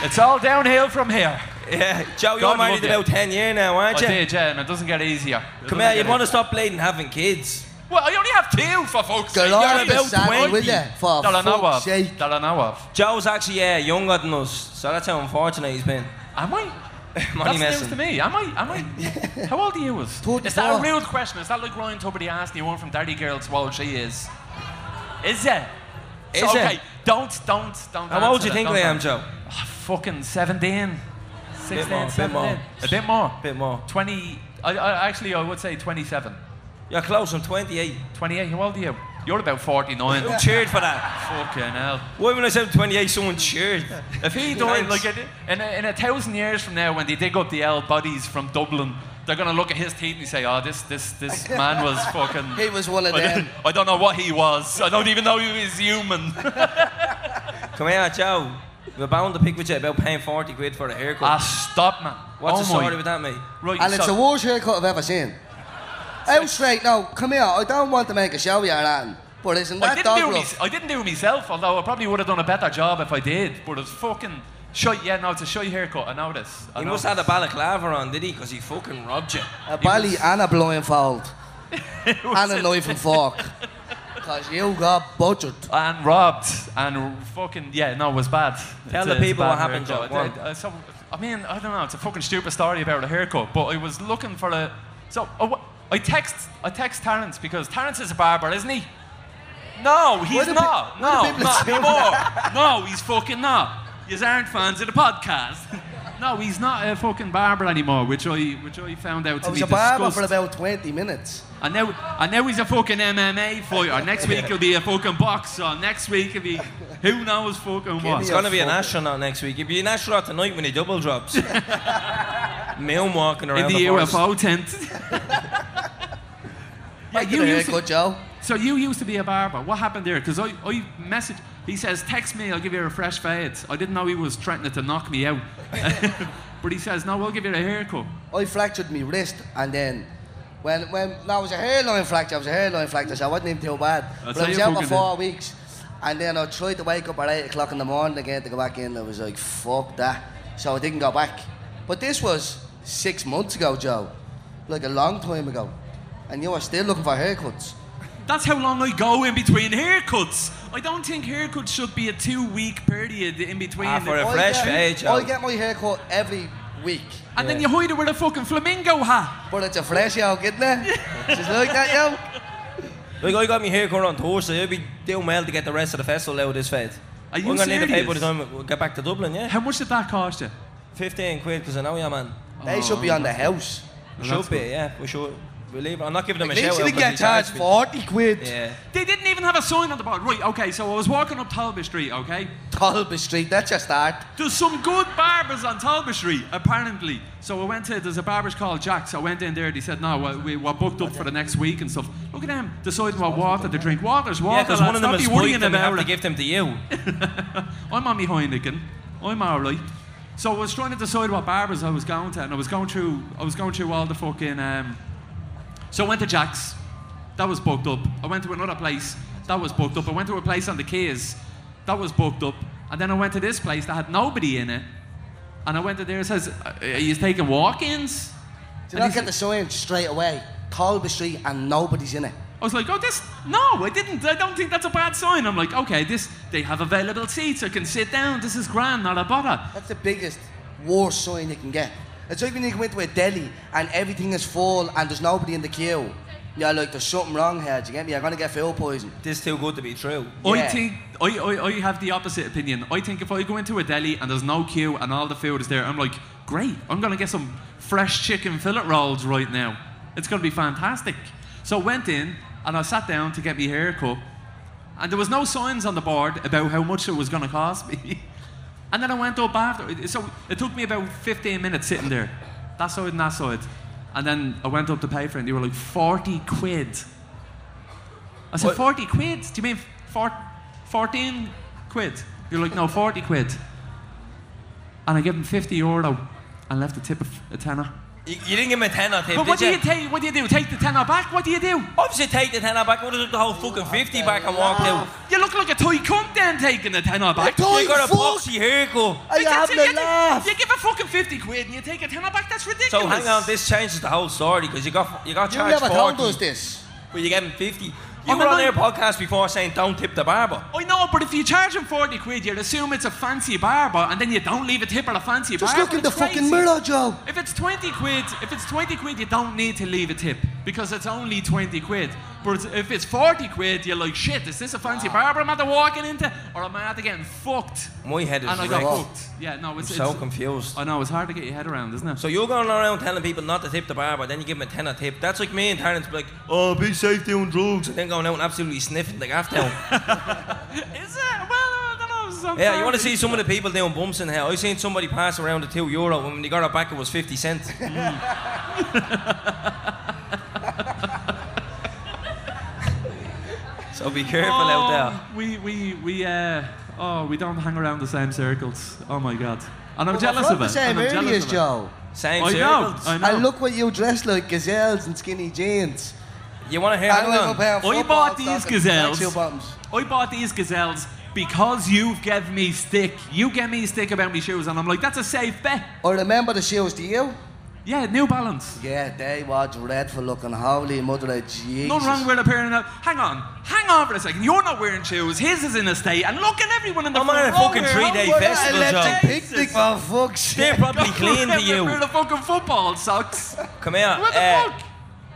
It's all downhill from here.
Yeah. Joe, you're
God
married
love you.
about 10 years now,
I
aren't you?
did, yeah, and Oh, it doesn't get easier. It
Come
doesn't
here, you
get
want to
easier.
stop bleeding having kids.
Well, I only have two, for fuck's sake.
Go
You're
on,
about
Sandy,
20.
will you?
Oh,
For
That I know
fuck's
of.
sake.
That I know of.
Joe's actually yeah, younger than us, so that's how unfortunate he's been.
Am I?
Money
That's
messing.
news to me. Am I? Am I? How old are you? Is Is
24.
that a real question? Is that like Ryan Tuberty asking you one from Dirty Girls how old she is? Is it?
Is
so,
it?
okay, don't, don't, don't.
How old do
answer
you
that,
think
don't
I am,
answer.
Joe?
Fucking 17. 16,
more, bit
17.
more.
A bit more.
A bit more.
20. I, I, actually, I would say 27.
You're close. I'm 28.
28. How old are you? You're about 49.
Who cheered for that?
Fucking hell.
Why when I said 28, someone cheered.
If he died,
Thanks.
like in, in, a, in a thousand years from now, when they dig up the old bodies from Dublin, they're gonna look at his teeth and say, "Oh, this this this man was fucking."
He was one of
I
them.
don't, I don't know what he was. I don't even know he was human.
Come here, Joe. We're bound to pick with you about paying 40 quid for a haircut.
ah, stop, man.
What's
oh
the
my-
story with that, mate?
Right,
And it's the
so-
worst haircut I've ever seen. Out straight now, come here. I don't want to make a show of you or nothing, but isn't
I
that
didn't,
dog
do it
rough?
mys- I didn't do it myself, although I probably would have done a better job if I did. But it's fucking shite. Yeah, no, it's a shite haircut. I know this. I
He
know
must
this.
have had a balaclava on, did he? Because he fucking robbed you.
A belly and a blowing fold. and a knife and fork. Because you got butchered.
And robbed. And fucking, yeah, no, it was bad.
Tell
It's
the
a- it's
people
bad
what happened,
haircut.
Joe, go
I, I- so- I mean, I don't know. It's a fucking stupid story about a haircut, but I was looking for a. So I, wa- I text, I text Terence because Terence is a barber, isn't he? No, he's
do pe- why
not.
do
no,
people
not
assume
anymore. no, he's fucking not. You aren't fans of the podcast. No, he's not a fucking barber anymore, which I, which I found out to
I
Oh,
was
be
a barber
disgust-
for about 20 minutes.
and now, and now he's a fucking MMA fighter. Next week he'll be a fucking boxer. Next week he'll be who knows fucking what.
He's going to be an astronaut next week. He'll be an astronaut tonight when he double drops. Milne walking
in
around
the
bars.
UFO tent. yeah, you
a
used to,
haircut, Joe.
so you used to be a barber. What happened there? Because I, I messaged. He says, "Text me. I'll give you a fresh fade." I didn't know he was threatening to knock me out. but he says, "No, we'll give you a haircut."
I Oh, fractured my wrist and then when when no, it was a hairline fracture, it was a hairline fracture, so I wasn't even too bad. but
That's how
I was
you
out for
fucking
four weeks and then I tried to wake up at eight o'clock in the morning again to go back in. I was like, fuck that. So I didn't go back. But this was six months ago, Joe. Like a long time ago. And you were still looking for haircuts.
That's how long I go in between haircuts. I don't think haircuts should be a two-week period in between.
Ah, for a
I
fresh
get-
fade, Joe.
I get my haircut every week.
and then you hide it with a fucking flamingo hat.
But it's a fresh yo, getting it? Just like that, yo.
Like, I got my haircut on Thursday. I'll be doing well to get the rest of the festival out of this fed.
Are you
I'm gonna need to pay
serious?
by the time we get back to Dublin, yeah?
How much did that cost you?
15 quid, because I know you, man.
They should be on the
Oh,
house.
We
Well,
should
that's
be,
good.
yeah. We should. We leave. I'm not giving them
At
a shout
least
out.
you
'cause
get
they
charged
me.
40 quid.
Yeah.
They didn't even have a sign on the board. Right, okay, so I was walking up Talbot Street, okay?
Talbot Street, that's your start.
There's some good barbers on Talbot Street, apparently. So I went to, there's a barber's called Jack's. I went in there, they said, no, we- we, we're booked up for the next week and stuff. Look at them deciding what water to drink. Water's water.
Yeah, because one
lads,
of them
don't
is
be worrying
white and we
about
have to
it.
give them to you.
I'm on my Heineken. I'm alright. So I was trying to decide what barbers I was going to, and I was going through, I was going through all the fucking. Um, so I went to Jack's. That was booked up. I went to another place. That was booked up. I went to a place on the Keys. That was booked up. And then I went to this place that had nobody in it. And I went to there. It says, "Are you taking walk-ins?"
Did
And
I
he
get the sign straight away? Talbot Street and nobody's in it.
I was like, oh, this, no, I didn't. I don't think that's a bad sign. I'm like, okay, this, they have available seats. I can sit down. This is grand, not a bother.
That's the biggest, worst sign you can get. It's like when you go into a deli and everything is full and there's nobody in the queue. You're like, there's something wrong here, do you get me? You're going to get food poison.
This is too good to be true.
I
Yeah.
think I, I, I have the opposite opinion. I think if I go into a deli and there's no queue and all the food is there, I'm like, great, I'm gonna get some fresh chicken fillet rolls right now. It's gonna be fantastic. So I went in and I sat down to get my hair cut, and there was no signs on the board about how much it was gonna cost me. and then I went up after. So it took me about 15 minutes sitting there, that side and that side. And then I went up to pay for it, and they were like 40 quid. I said,
What?
40 quid? Do you mean four, 14 quid? You're like, no, 40 quid. And I gave him 50 euro and left a tip of a tenner.
You, you didn't give me a tenner tip,
But what
did
do
you?
you take? What do you do? Take the tenner back? What do you do?
Obviously, take the tenner back. I would have took the whole fucking 50 back and walked out.
You look like a toy cunt then taking the tenner back.
You got a boxy haircut.
Are you
That's
having
it,
a
you-
laugh?
You give a fucking 50 quid and you take a tenner back? That's ridiculous.
So hang on, this changes the whole story because you got you got
You
charged
never told
40,
us this.
but you gave him 50. You
Oh,
were
no,
on
no.
their podcast before saying don't tip the barber.
I know, but if you charge him 40 quid, you'd assume it's a fancy barber and then you don't leave a tip at a fancy
Just
barber.
look in the
It's
fucking
crazy.
mirror, Joe.
If it's 20 quid, if it's 20 quid, you don't need to leave a tip because it's only 20 quid. But it's- if it's 40 quid, you're like, shit, is this a fancy barber I'm after walking into or am I after getting fucked?
My head is
and I got
wrecked.
fucked. Yeah, no,
I'm
it's,
so
it's-
confused.
I know, it's hard to get your head around, isn't it?
So you're going around telling people not to tip the barber, then you give them a tenner tip. That's like me and Terrence be like, oh, be safe doing drugs, and then going out and absolutely sniffing the gaff down.
Is it? Well, I don't know. sometimes
yeah, you want to
it's-
see some of the people doing bumps in here. I seen somebody pass around a two euro, and when they got it back, it was 50 cents.
Mm.
so be careful out there.
Oh, We we we uh oh we don't hang around the same circles. Oh my god. And I'm
Well,
jealous
from
of it.
the same
and I'm jealous
areas,
of it.
Joe.
Same
I know.
circles.
I know.
And look what you dress like, gazelles and skinny jeans.
You want to hear?
And
Hang
like a
on.
pair of
I
football
bought these
stockings and
gazelles.
tracksuit bottoms.
I bought these gazelles because you've gave me stick. You gave me stick about me shoes, and I'm like, that's a safe bet.
I remember the shoes, do you?
Yeah, New Balance.
Yeah, they were dreadful looking. Holy mother of Jesus.
Nothing wrong with a pair of. Hang on, hang on for a second. You're not wearing shoes. His is in a state, and look at everyone in the
I'm
front
on a
row
fucking
here.
three-day
I'm wearing
festival,
electric
Joe.
Picnic for fuck's
They're probably
Look
clean
at
to you.
them, We're the fucking football socks.
Come here.
What the
uh,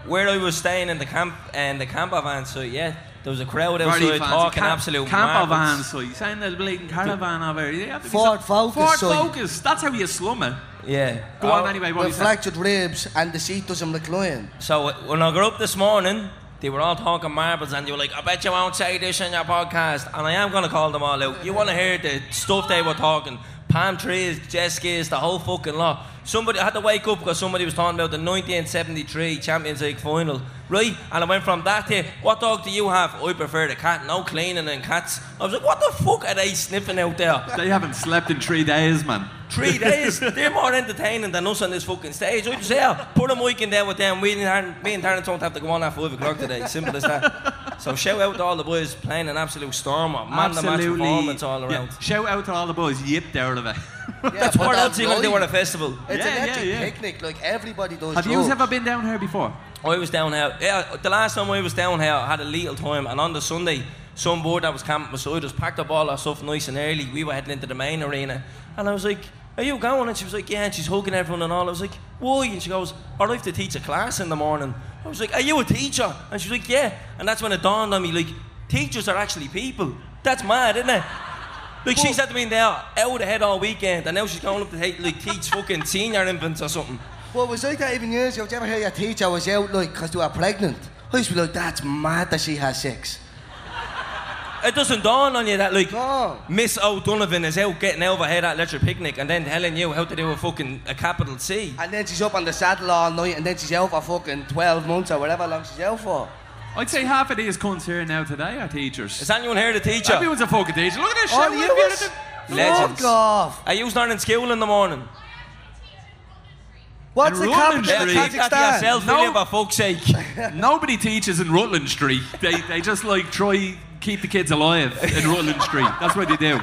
Where I was staying in the camp and the camper van, so yeah, there was a crowd outside
Party fans,
talking
camp-
absolute
camper van,
marvels.
so you saying there's a blatant caravan over here. You have to be
Ford
so-
Focus,
Ford
so you- Oh,
Focus. That's how you slum it.
Yeah.
Go on anyway. What
With
was that?
fractured ribs and the seat doesn't recline.
So uh, when I got up this morning, they were all talking marbles and they were like, I bet you won't say this in your podcast. And I am going to call them all out. You want to hear the stuff they were talking palm trees, jet skis, the whole fucking lot. Somebody I had to wake up because somebody was talking about the 1973 Champions League final, right? And I went from that to, what dog do you have? I prefer the cat, no cleaning and cats. I was like, what the fuck are they sniffing out there?
They haven't slept in three days, man.
Three days. They're more entertaining than us on this fucking stage. I just yeah, Oh, put a mic in there with them. We and me and Terrence don't have to go on at five o'clock today. Simple as that. So shout out to all the boys playing an absolute storm of man the match
Absolutely.
performance all
Yeah.
around.
Shout out to all the boys yipped out of it.
That's
but
what
I'm
else you gonna do
lying.
at a festival.
It's
Yeah,
an
yeah,
electric
yeah.
picnic, like everybody does.
Have you
Oh.
drugs.
ever been down here before?
I was down here. Yeah, the last time I was down here, I had a little time, and on the Sunday, some board that was camping beside us packed up all our stuff nice and early. We were heading into the main arena, and I was like, "Are you going?" And she was like, "Yeah." And she's hugging everyone and all. I was like, "Why?" And she goes, "I have to teach a class in the morning." I was like, "Are you a teacher?" And she was like, "Yeah." And that's when it dawned on me, like, teachers are actually people. That's mad, isn't it? Like she's had to be in there out ahead all weekend, and now she's going up to take, like teach fucking senior infants or something.
Well, it was like that even years ago. Did you ever hear your teacher was out, like, because they were pregnant? I used to be like, that's mad that she has sex.
It doesn't dawn on you that like Miss O'Donovan is out getting over here at Leisure Picnic and then telling you how to do a fucking a capital C.
And then she's up on the saddle all night, and then she's out for fucking 12 months or whatever long she's out for.
I'd say half of these cunts here now today are teachers.
Is Oh, anyone here the teacher?
Everyone's a fucking teacher. Look at this shit.
Are
we're
you
getting
a-
to-
Legends.
Fuck off.
I used not in school in the morning.
What's
And
the
Roman
capital of
Street.
Keep that to
Kazakhstan?
yourself, will you,
No.
for fuck's sake.
Nobody teaches in Rutland Street. They, they just like try keep the kids alive in Rutland Street. That's what they do.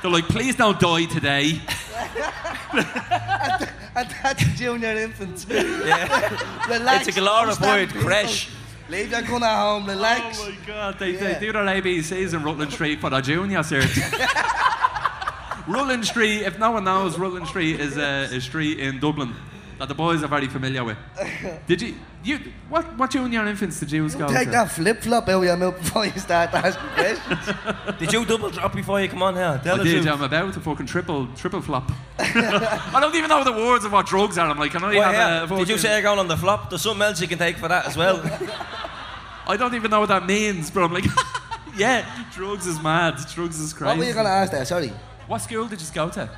They're like, please don't die today.
And that's junior infants.
Yeah.
Relax.
It's a glorified
understand people.
crash.
Leave your gun at home, relax.
Oh my god, they,
Yeah.
they do their ABCs in Rutland Street for the junior cert. Rutland Street, if no one knows, Rutland Street is a, a street in Dublin that the boys are very familiar with. Did you, you what, what junior infants did you go
Take
to?
that flip flop out of your mouth before you start asking questions.
Did you double drop before you come on here? Tell
I
the
did,
truth.
I'm about to fucking triple, triple flop. I don't even know the words of what drugs are. I'm like, can I
Well,
have
yeah,
a fucking-
Did you say you're going on the flop? There's something else you can take for that as well.
I don't even know what that means, but I'm like, yeah, drugs is mad. Drugs is crazy.
What were you going to ask there? Sorry.
What school did you go to?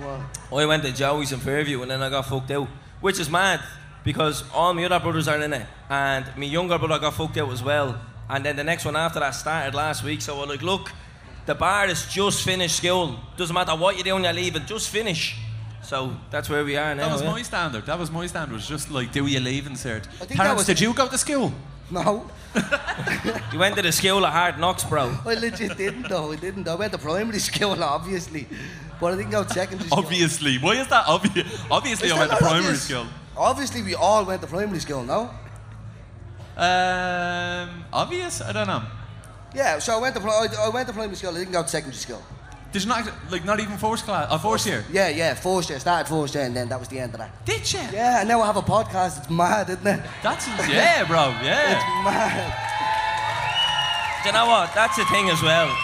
I Oh, went to Joey's in Fairview and then I got fucked out, which is mad because all my other brothers are in it, and my younger brother got fucked out as well. And then the next one after that started last week, so I was like, look, the bar is just finished school. Doesn't matter what you're doing, you're leaving, just finish. So that's where we are now.
That was
yeah.
my standard. That was my standard. Was just like, do you leave insert?
think that
Terence,
was-
did you go to school?
No,
You went to the school of hard knocks, bro.
I legit didn't though. I didn't. I went to primary school, obviously. But I think I was secondary school.
Obviously. Why is that obvious? Obviously,
Is
I
that
went to
not
primary
obvious?
school.
Obviously, we all went to primary school, no?
Um, obvious? I don't know.
Yeah, so I went to, pri- I I went to primary school. I didn't go to secondary school.
Did you not like not even first class? Uh, first year.
Yeah, yeah, first year. Started first year and then that was the end of that.
Did you?
Yeah, and now I have a podcast. It's mad, isn't it?
That's yeah, bro.
It's
Yeah.
mad.
Do you know what? That's the thing as well.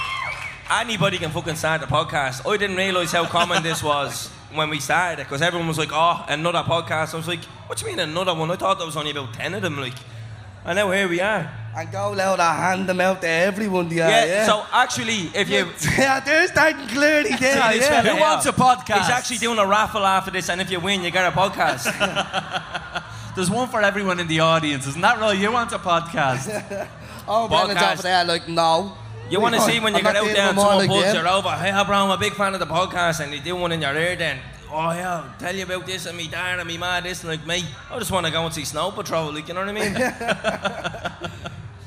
Anybody can fucking start a podcast. I didn't realise how common this was when we started it because everyone was like, oh, another podcast. I was like, what do you mean another one? I thought there was only about 10 of them. Like, and now here we are.
And go loud, I hand them out to everyone. Yeah,
Yeah,
yeah.
so actually, if you.
yeah, there's that clearly there.
See this fella
yeah.
here?
wants a podcast?
He's actually doing a raffle after this, and if you win, you get a podcast.
There's one for everyone in the audience, isn't that right? You want a podcast?
Oh, man, it's
Podcast.
over there. Like, no.
You want to see when you
I'm
get
not
out
dealing
there
with
and
more
someone
like
pulls
them.
you over. oh, Hey, bro, I'm a big fan of the podcast, and they do one in your ear. Then, oh yeah, I'll tell you about this and me dad and me ma this and like me. I just want to go and see Snow Patrol. Like, you know what I mean?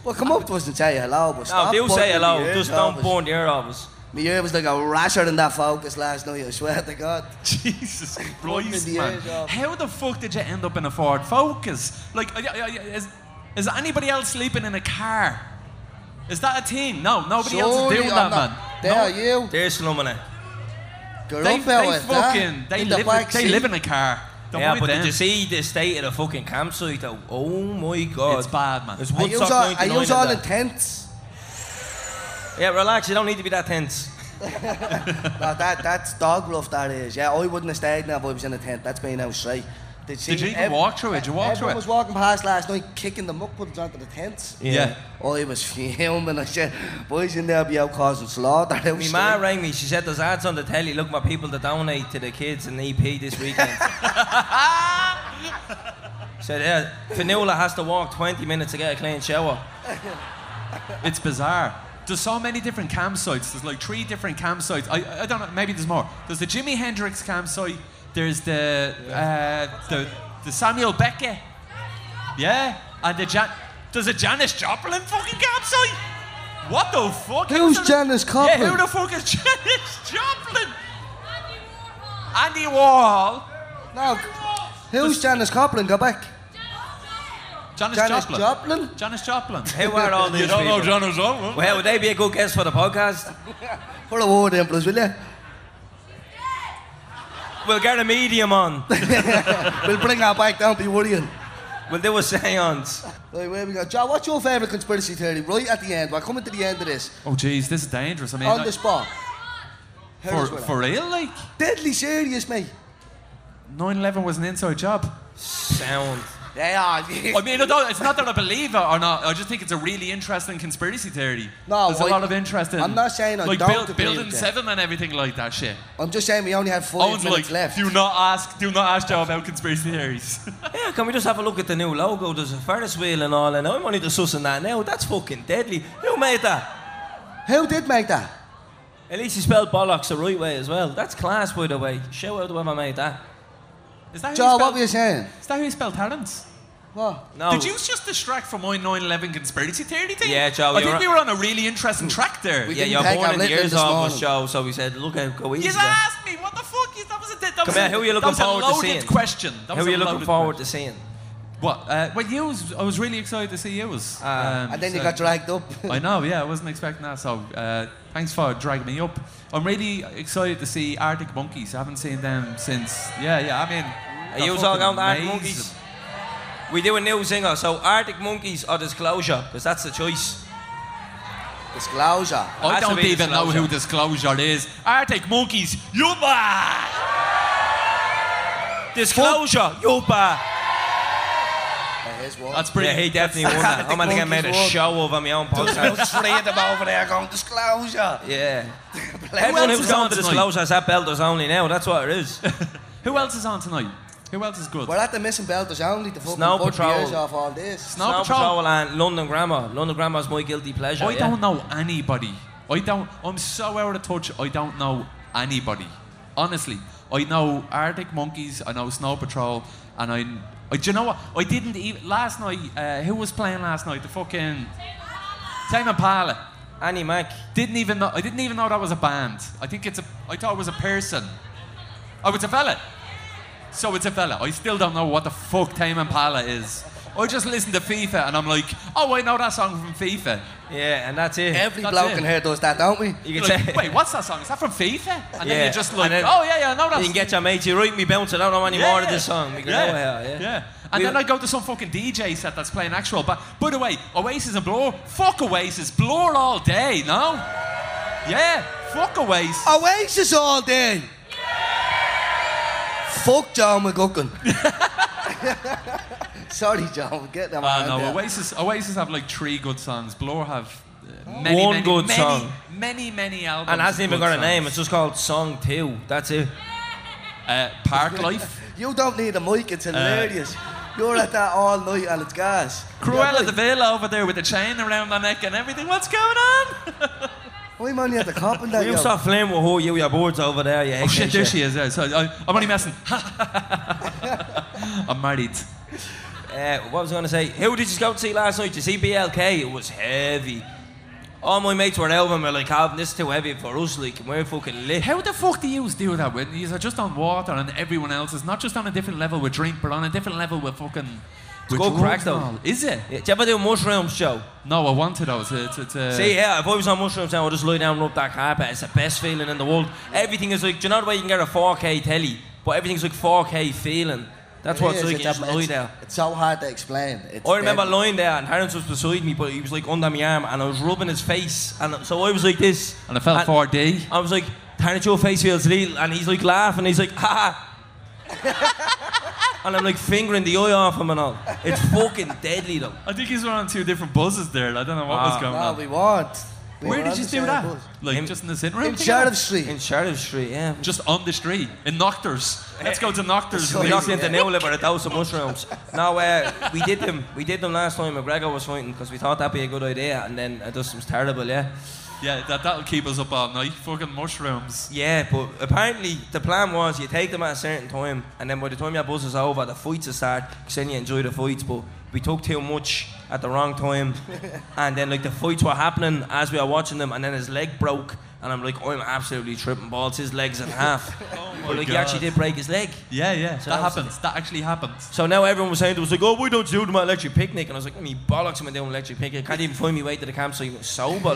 Well, come up to us and say hello, but
no,
stop.
do
butting
say
the
hello.
ears
Just
off
don't
us.
burn the ear off us.
My ear was like a rasher in that focus last night, I swear to God.
Jesus Christ,
the
man.
ears off.
How the fuck did you end up in a Ford Focus? Like, I- I- I- is, is anybody else sleeping in a car? Is that a thing? No, nobody else is doing that, man. No.
you.
They're slumming it.
They, they fucking, they, live, they live in a car. Don't
yeah,
worry
but
them.
did you see the state of the fucking campsite? Though? Oh my god, it's
bad, man.
It's
I use
Woodstock
all, I
99
use all
in
the
there.
tents.
Yeah, relax. You don't need to be that tense.
No, that, that's dog rough, that is. Yeah, I wouldn't have stayed now if I was in a tent. That's being outside. Did you,
Did you even walk through it? Did you walk through
Everyone
it?
was walking past last night kicking the muckbuds onto the tents.
Yeah.
Oh, he was fuming. I said, boys in there be out causing slaughter. I
My
was
ma rang me. She said, "There's ads on the telly. Look, my people to donate to the kids in EP this weekend." said, "Yeah, Fanula has to walk 20 minutes to get a clean shower."
It's bizarre. There's so many different campsites. There's like three different campsites. I, I don't know. Maybe there's more. There's the Jimi Hendrix campsite. There's the uh, the the Samuel Beckett. Yeah, and the Jan. There's a Janis Joplin fucking campsite. What the fuck?
Who's
Who's
Janis
Yeah,
Joplin?
who the fuck is Janis Joplin? Andy Warhol.
No. Who's Janice Coplin? Go back.
Janis,
Janis
Joplin.
Joplin?
Janis Joplin.
Who are all these
You don't know
people?
Janis Joplin?
Well, would they be a good guest for the podcast?
Put a word in, please, will you?
We'll get a medium on.
We'll bring her back, don't be worrying.
We'll do a seance.
Right, where we go? John, what's your favourite conspiracy theory? Right at the end, we're coming to the end of this.
Oh jeez, this is dangerous. I mean,
on
like,
the spot.
for
Here's what I-
for real, like
Deadly serious, mate.
9/11 was an inside job.
Sound.
They are.
I mean, I don't- it's not that I believe it or not. I just think it's a really interesting conspiracy theory.
No,
there's
well,
a lot of interest in.
I'm not saying I
like
don't
build-
believe
building
that.
seven and everything like that shit.
I'm just saying we only have five
Owen's
minutes
like,
left.
do not ask, do not ask Joe about conspiracy theories.
Yeah, can we just have a look at the new logo? There's a Ferris wheel and all, and I'm only just sussing that now. That's fucking deadly. Who made that?
Who did make that?
At least he spelled bollocks the right way as well. That's class, by the way. Shout out to whoever made that.
is that
Joe,
how
what
you
were you saying?
spell, is that how you spell talents?
What?
No.
Did you just distract from my 9/11 conspiracy theory thing?
Yeah, Joe, you're
I think
right.
we were on a really interesting track there.
We
Yeah,
didn't
you're
take
born
our
in the
little
years
this
of
morning.
us, Joe, so we said, look out, go easy.
You
there.
asked me what the fuck. You, that was a that was,
here,
a-
who are you
that
looking
was a
forward to
loaded
seeing?
question.
Who
That was
are
a
you looking
loaded
forward
question.
to seeing?
What? Uh, well, you. Was, I was really excited to see you. Was.
Ah.
um,
And then you
so-
got dragged up.
I know, yeah, I wasn't expecting that. So uh, thanks for dragging me up. I'm really excited to see Arctic Monkeys. I haven't seen them since. Yeah, yeah. I mean,
Are you
they're
talking
fucking
about Arctic
amazing.
Monkeys? We do a new singer, so Arctic Monkeys or Disclosure, because that's the choice.
Disclosure.
I
Has to
don't
be
even know who Disclosure is. Arctic Monkeys, Yuba!
Disclosure, Yuba!
Here's one.
That's
Yeah,
brilliant.
he definitely won that. I'm going to get made a
Monkeys won.
show of on my own podcast.
them over there going, disclosure.
Yeah. Everyone
else
who's
is
going
on
to
tonight?
disclose has had Belters only now. That's what it is.
Who else is on tonight? Who else is good?
We're at the missing belt. There's only the fucking
Snow
Snow
Patrol.
years off all this.
Snow Patrol.
and London Grammar. London Grammar's my guilty pleasure.
I
yeah.
don't know anybody. I don't. I'm so out of touch. I don't know anybody. Honestly, I know Arctic Monkeys. I know Snow Patrol, and I. I do you know what? I didn't even last night. Uh, who was playing last night? The fucking Tame Impala.
Annie Mac.
Didn't even know. I didn't even know that was a band. I think it's a. I thought it was a person. Oh, it's a fella. So it's a fella. I still don't know what the fuck Tame Impala is. I just listened to FIFA and I'm like, oh, I know that song from FIFA.
Yeah, and that's it.
Every
That's
bloke
it.
in here does that, don't we?
you
You're
can
like,
say-
wait, what's that song? Is that from FIFA? And
Yeah,
then you're just
and
like,
then-
oh yeah, yeah, I know that.
You can get your mate, you write me bounce, I don't know any
yeah,
more of this song. We can
yeah,
go here, yeah.
And
We-
then I go to some fucking DJ set that's playing actual. But by the way, Oasis and Blur, fuck Oasis, Blur all day, no? Yeah, fuck Oasis.
Oh,
Oasis all day. Fuck John McGuckin. Sorry, John. Get them
Uh,
out
no,
there.
Oasis. Oasis have like three good songs. Blur have uh, many,
One
many,
good
many,
song.
many, many albums.
And hasn't
with
even
good
got a name, it's
songs.
just called Song 2. That's it.
Uh, Park Life.
You don't need a mic. It's hilarious. You're at that all night and it's gas.
Uh, Cruella de Vil over there with the chain around my neck and everything. What's going on?
I'm only at the cop and that.
You
yo.
stop playing with who you, your board's over there, you
Oh shit, there she is. Yeah, so I, I'm only messing. uh, I'm married.
Uh, what was I going to say? Who did you go to see last night? Did you see BLK? It was heavy. All my mates were out and were like, Calvin, this is too heavy for us. Like, we're fucking lit.
How the fuck do you do that when you are just on water and everyone else is not just on a different level with drink, but on a different level with fucking.
It's good crack though.
Is it?
Yeah, do you ever do mushrooms, Joe?
No, I wanted those. It's, it's, uh,
See, yeah, if I was on mushrooms now, I'd just lie down and rub that carpet. It's the best feeling in the world. Everything is like, do you know the way you can get a 4K telly? But everything's like 4K feeling. That's
It
what
is,
it's like, you
it's
just
a-
lie
it's-
there.
It's so hard to explain. It's
I remember
deadly.
lying there and Harris was beside me, but he was like under my arm and I was rubbing his face. And so I was like this.
And I felt 4D.
I was like, Harris, your face feels real. And he's like laughing. He's like, ha ha. and I'm like fingering the eye off him and all. It's fucking deadly though.
I think he's on two different buses there. I don't know what was
Ah.
going
No,
on.
we want. we
Where
were
did
on
you
the
do
same
that?
bus.
Like just in the sitting room?
in
together?
Sheriff Street.
In Sheriff Street, yeah.
Just on the street in Nocters. Let's go to Nocters.
So we knocked into Neil about a dose of mushrooms. Now uh, we did them. We did them last time. McGregor was fighting because we thought that'd be a good idea, and then it just was terrible. Yeah.
Yeah, that that'll keep us up all night. Fucking mushrooms.
Yeah, but apparently the plan was you take them at a certain time, and then by the time your buzz is over, the fights will start. 'cause then you enjoy the fights, but we took too much at the wrong time, and then like the fights were happening as we were watching them, and then his leg broke, and I'm like, I'm absolutely tripping balls. His leg's in half. oh
my
but like he
God.
actually did break his leg.
Yeah, yeah.
So
that
that was-
happens. That actually happens.
So now everyone was saying, it was like, oh, we don't do them at electric picnic. And I was like, I mean, bollocks, am I doing electric picnic? I can't even find my way to the campsite sober.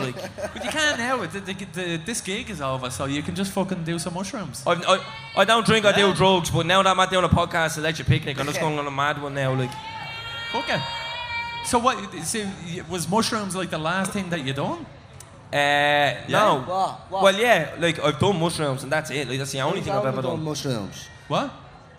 Like,
But you can now. The, the, the, this gig is over, so you can just fucking do some mushrooms.
I've, I, I don't drink, I do drugs, but now that I'm out there on a podcast, electric picnic, I'm just going on a mad one now. Like,
Okay. So what? So y- was mushrooms like the last thing that you done?
uh, no.
What? What?
Well, yeah, like, I've done mushrooms and that's it. Like, that's the only thing I've
only
ever
done
done.
mushrooms.
What?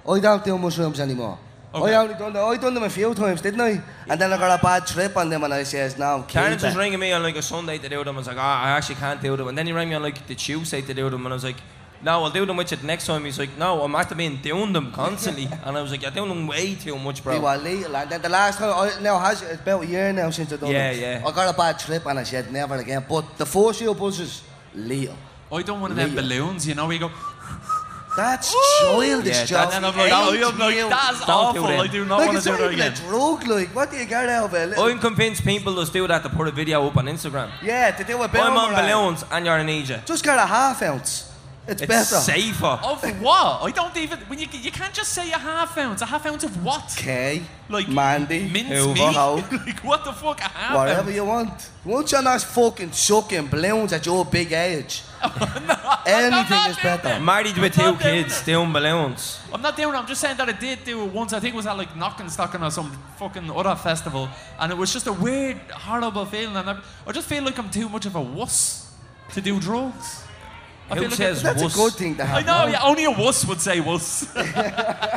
I don't do mushrooms anymore.
Okay.
I only done them. I done them a few times, didn't I? And then I got a bad trip on them, and I says, "No, keep
Terence was
it."
ringing me on like a Sunday to do them. I was like, ah, I actually can't do them. And then he rang me on like the Tuesday to do them, and I was like, no, I'll do them with you the next time. He's like, no, I'm after being doing them constantly. and I was like, you're doing them way too much, bro.
You are lethal. And then the last time, I, now has it's about a year now since I done
Yeah,
it.
yeah.
I got a bad trip, and I said never again. But the four seal buses, lethal.
I done one of them
Leo.
balloons. You know, where you go.
That's
Yeah,
childish,
that's-
Joe.
and I'm like, oh,
Eight
I'm like,
years.
that's Don't awful. do that. I do not
like,
wanna
it's
do
not
that
even a
again.
drug, like, what do you get out of it? Little-
I'm convinced people just do that to put a video up on Instagram.
Yeah, to do a bit
I'm on balloons and you're in Asia.
Just got a half ounce. It's,
It's
better.
safer.
Of what? I don't even. When you you can't just say a half ounce. A half ounce of what?
Okay.
Like
Mandy,
mince
Hoover,
meat.
Howe,
like what the fuck? A half
whatever
ounce.
you want. Once you're not fucking sucking balloons at your big age, anything is better.
Married with two kids, doing balloons.
I'm not doing it. I'm just saying that I did do it once. I think it was at like Knockenstocken or some fucking other festival, and it was just a weird, horrible feeling. And I, I just feel like I'm too much of a wuss to do drugs. I
Who
feel like
says
I,
That's
wuss?
a good thing to
I
have.
know. Yeah, only a wuss would say wuss.
Oh,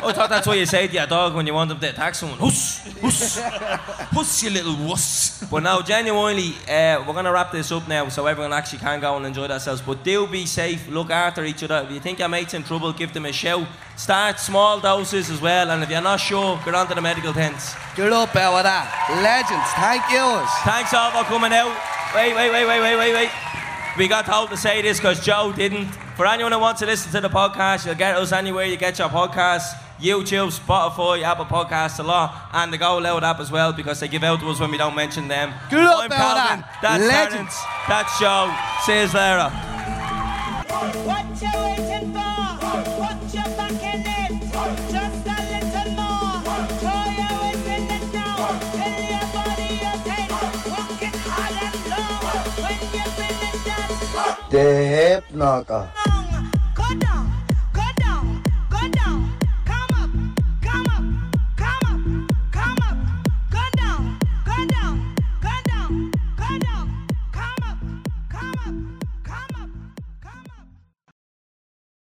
I thought that's what you say to your dog when you want them to attack someone. Huss, huss, huss, you little wuss. But now, genuinely, uh, we're going to wrap this up now so everyone actually can go and enjoy themselves. But do be safe, look after each other. If you think your mate's in trouble, give them a shout. Start small doses as well, and if you're not sure, get onto the medical tents.
Good up out of that. Legends, thank yous.
Thanks all for coming out. Wait, wait, wait, wait, wait, wait, wait. We got told to say this because Joe didn't. For anyone who wants to listen to the podcast, you'll get us anywhere you get your podcasts. YouTube, Spotify, Apple Podcasts a lot, and the Go Loud app as well because they give out to us when we don't mention them.
Good luck,
I'm
fella.
Calvin. That's
Legend.
Terence. That's Joe. See you later.
What you waiting for? Put your back in it. Just a little more. Throw your weight in it now. Fill your body up tight. Work it hard and long. When you finish that
The hip knocker.
song, go down, go down, go down. Come up, come up, come up, come up. Go down, go down, go down, go down. Come up, come up,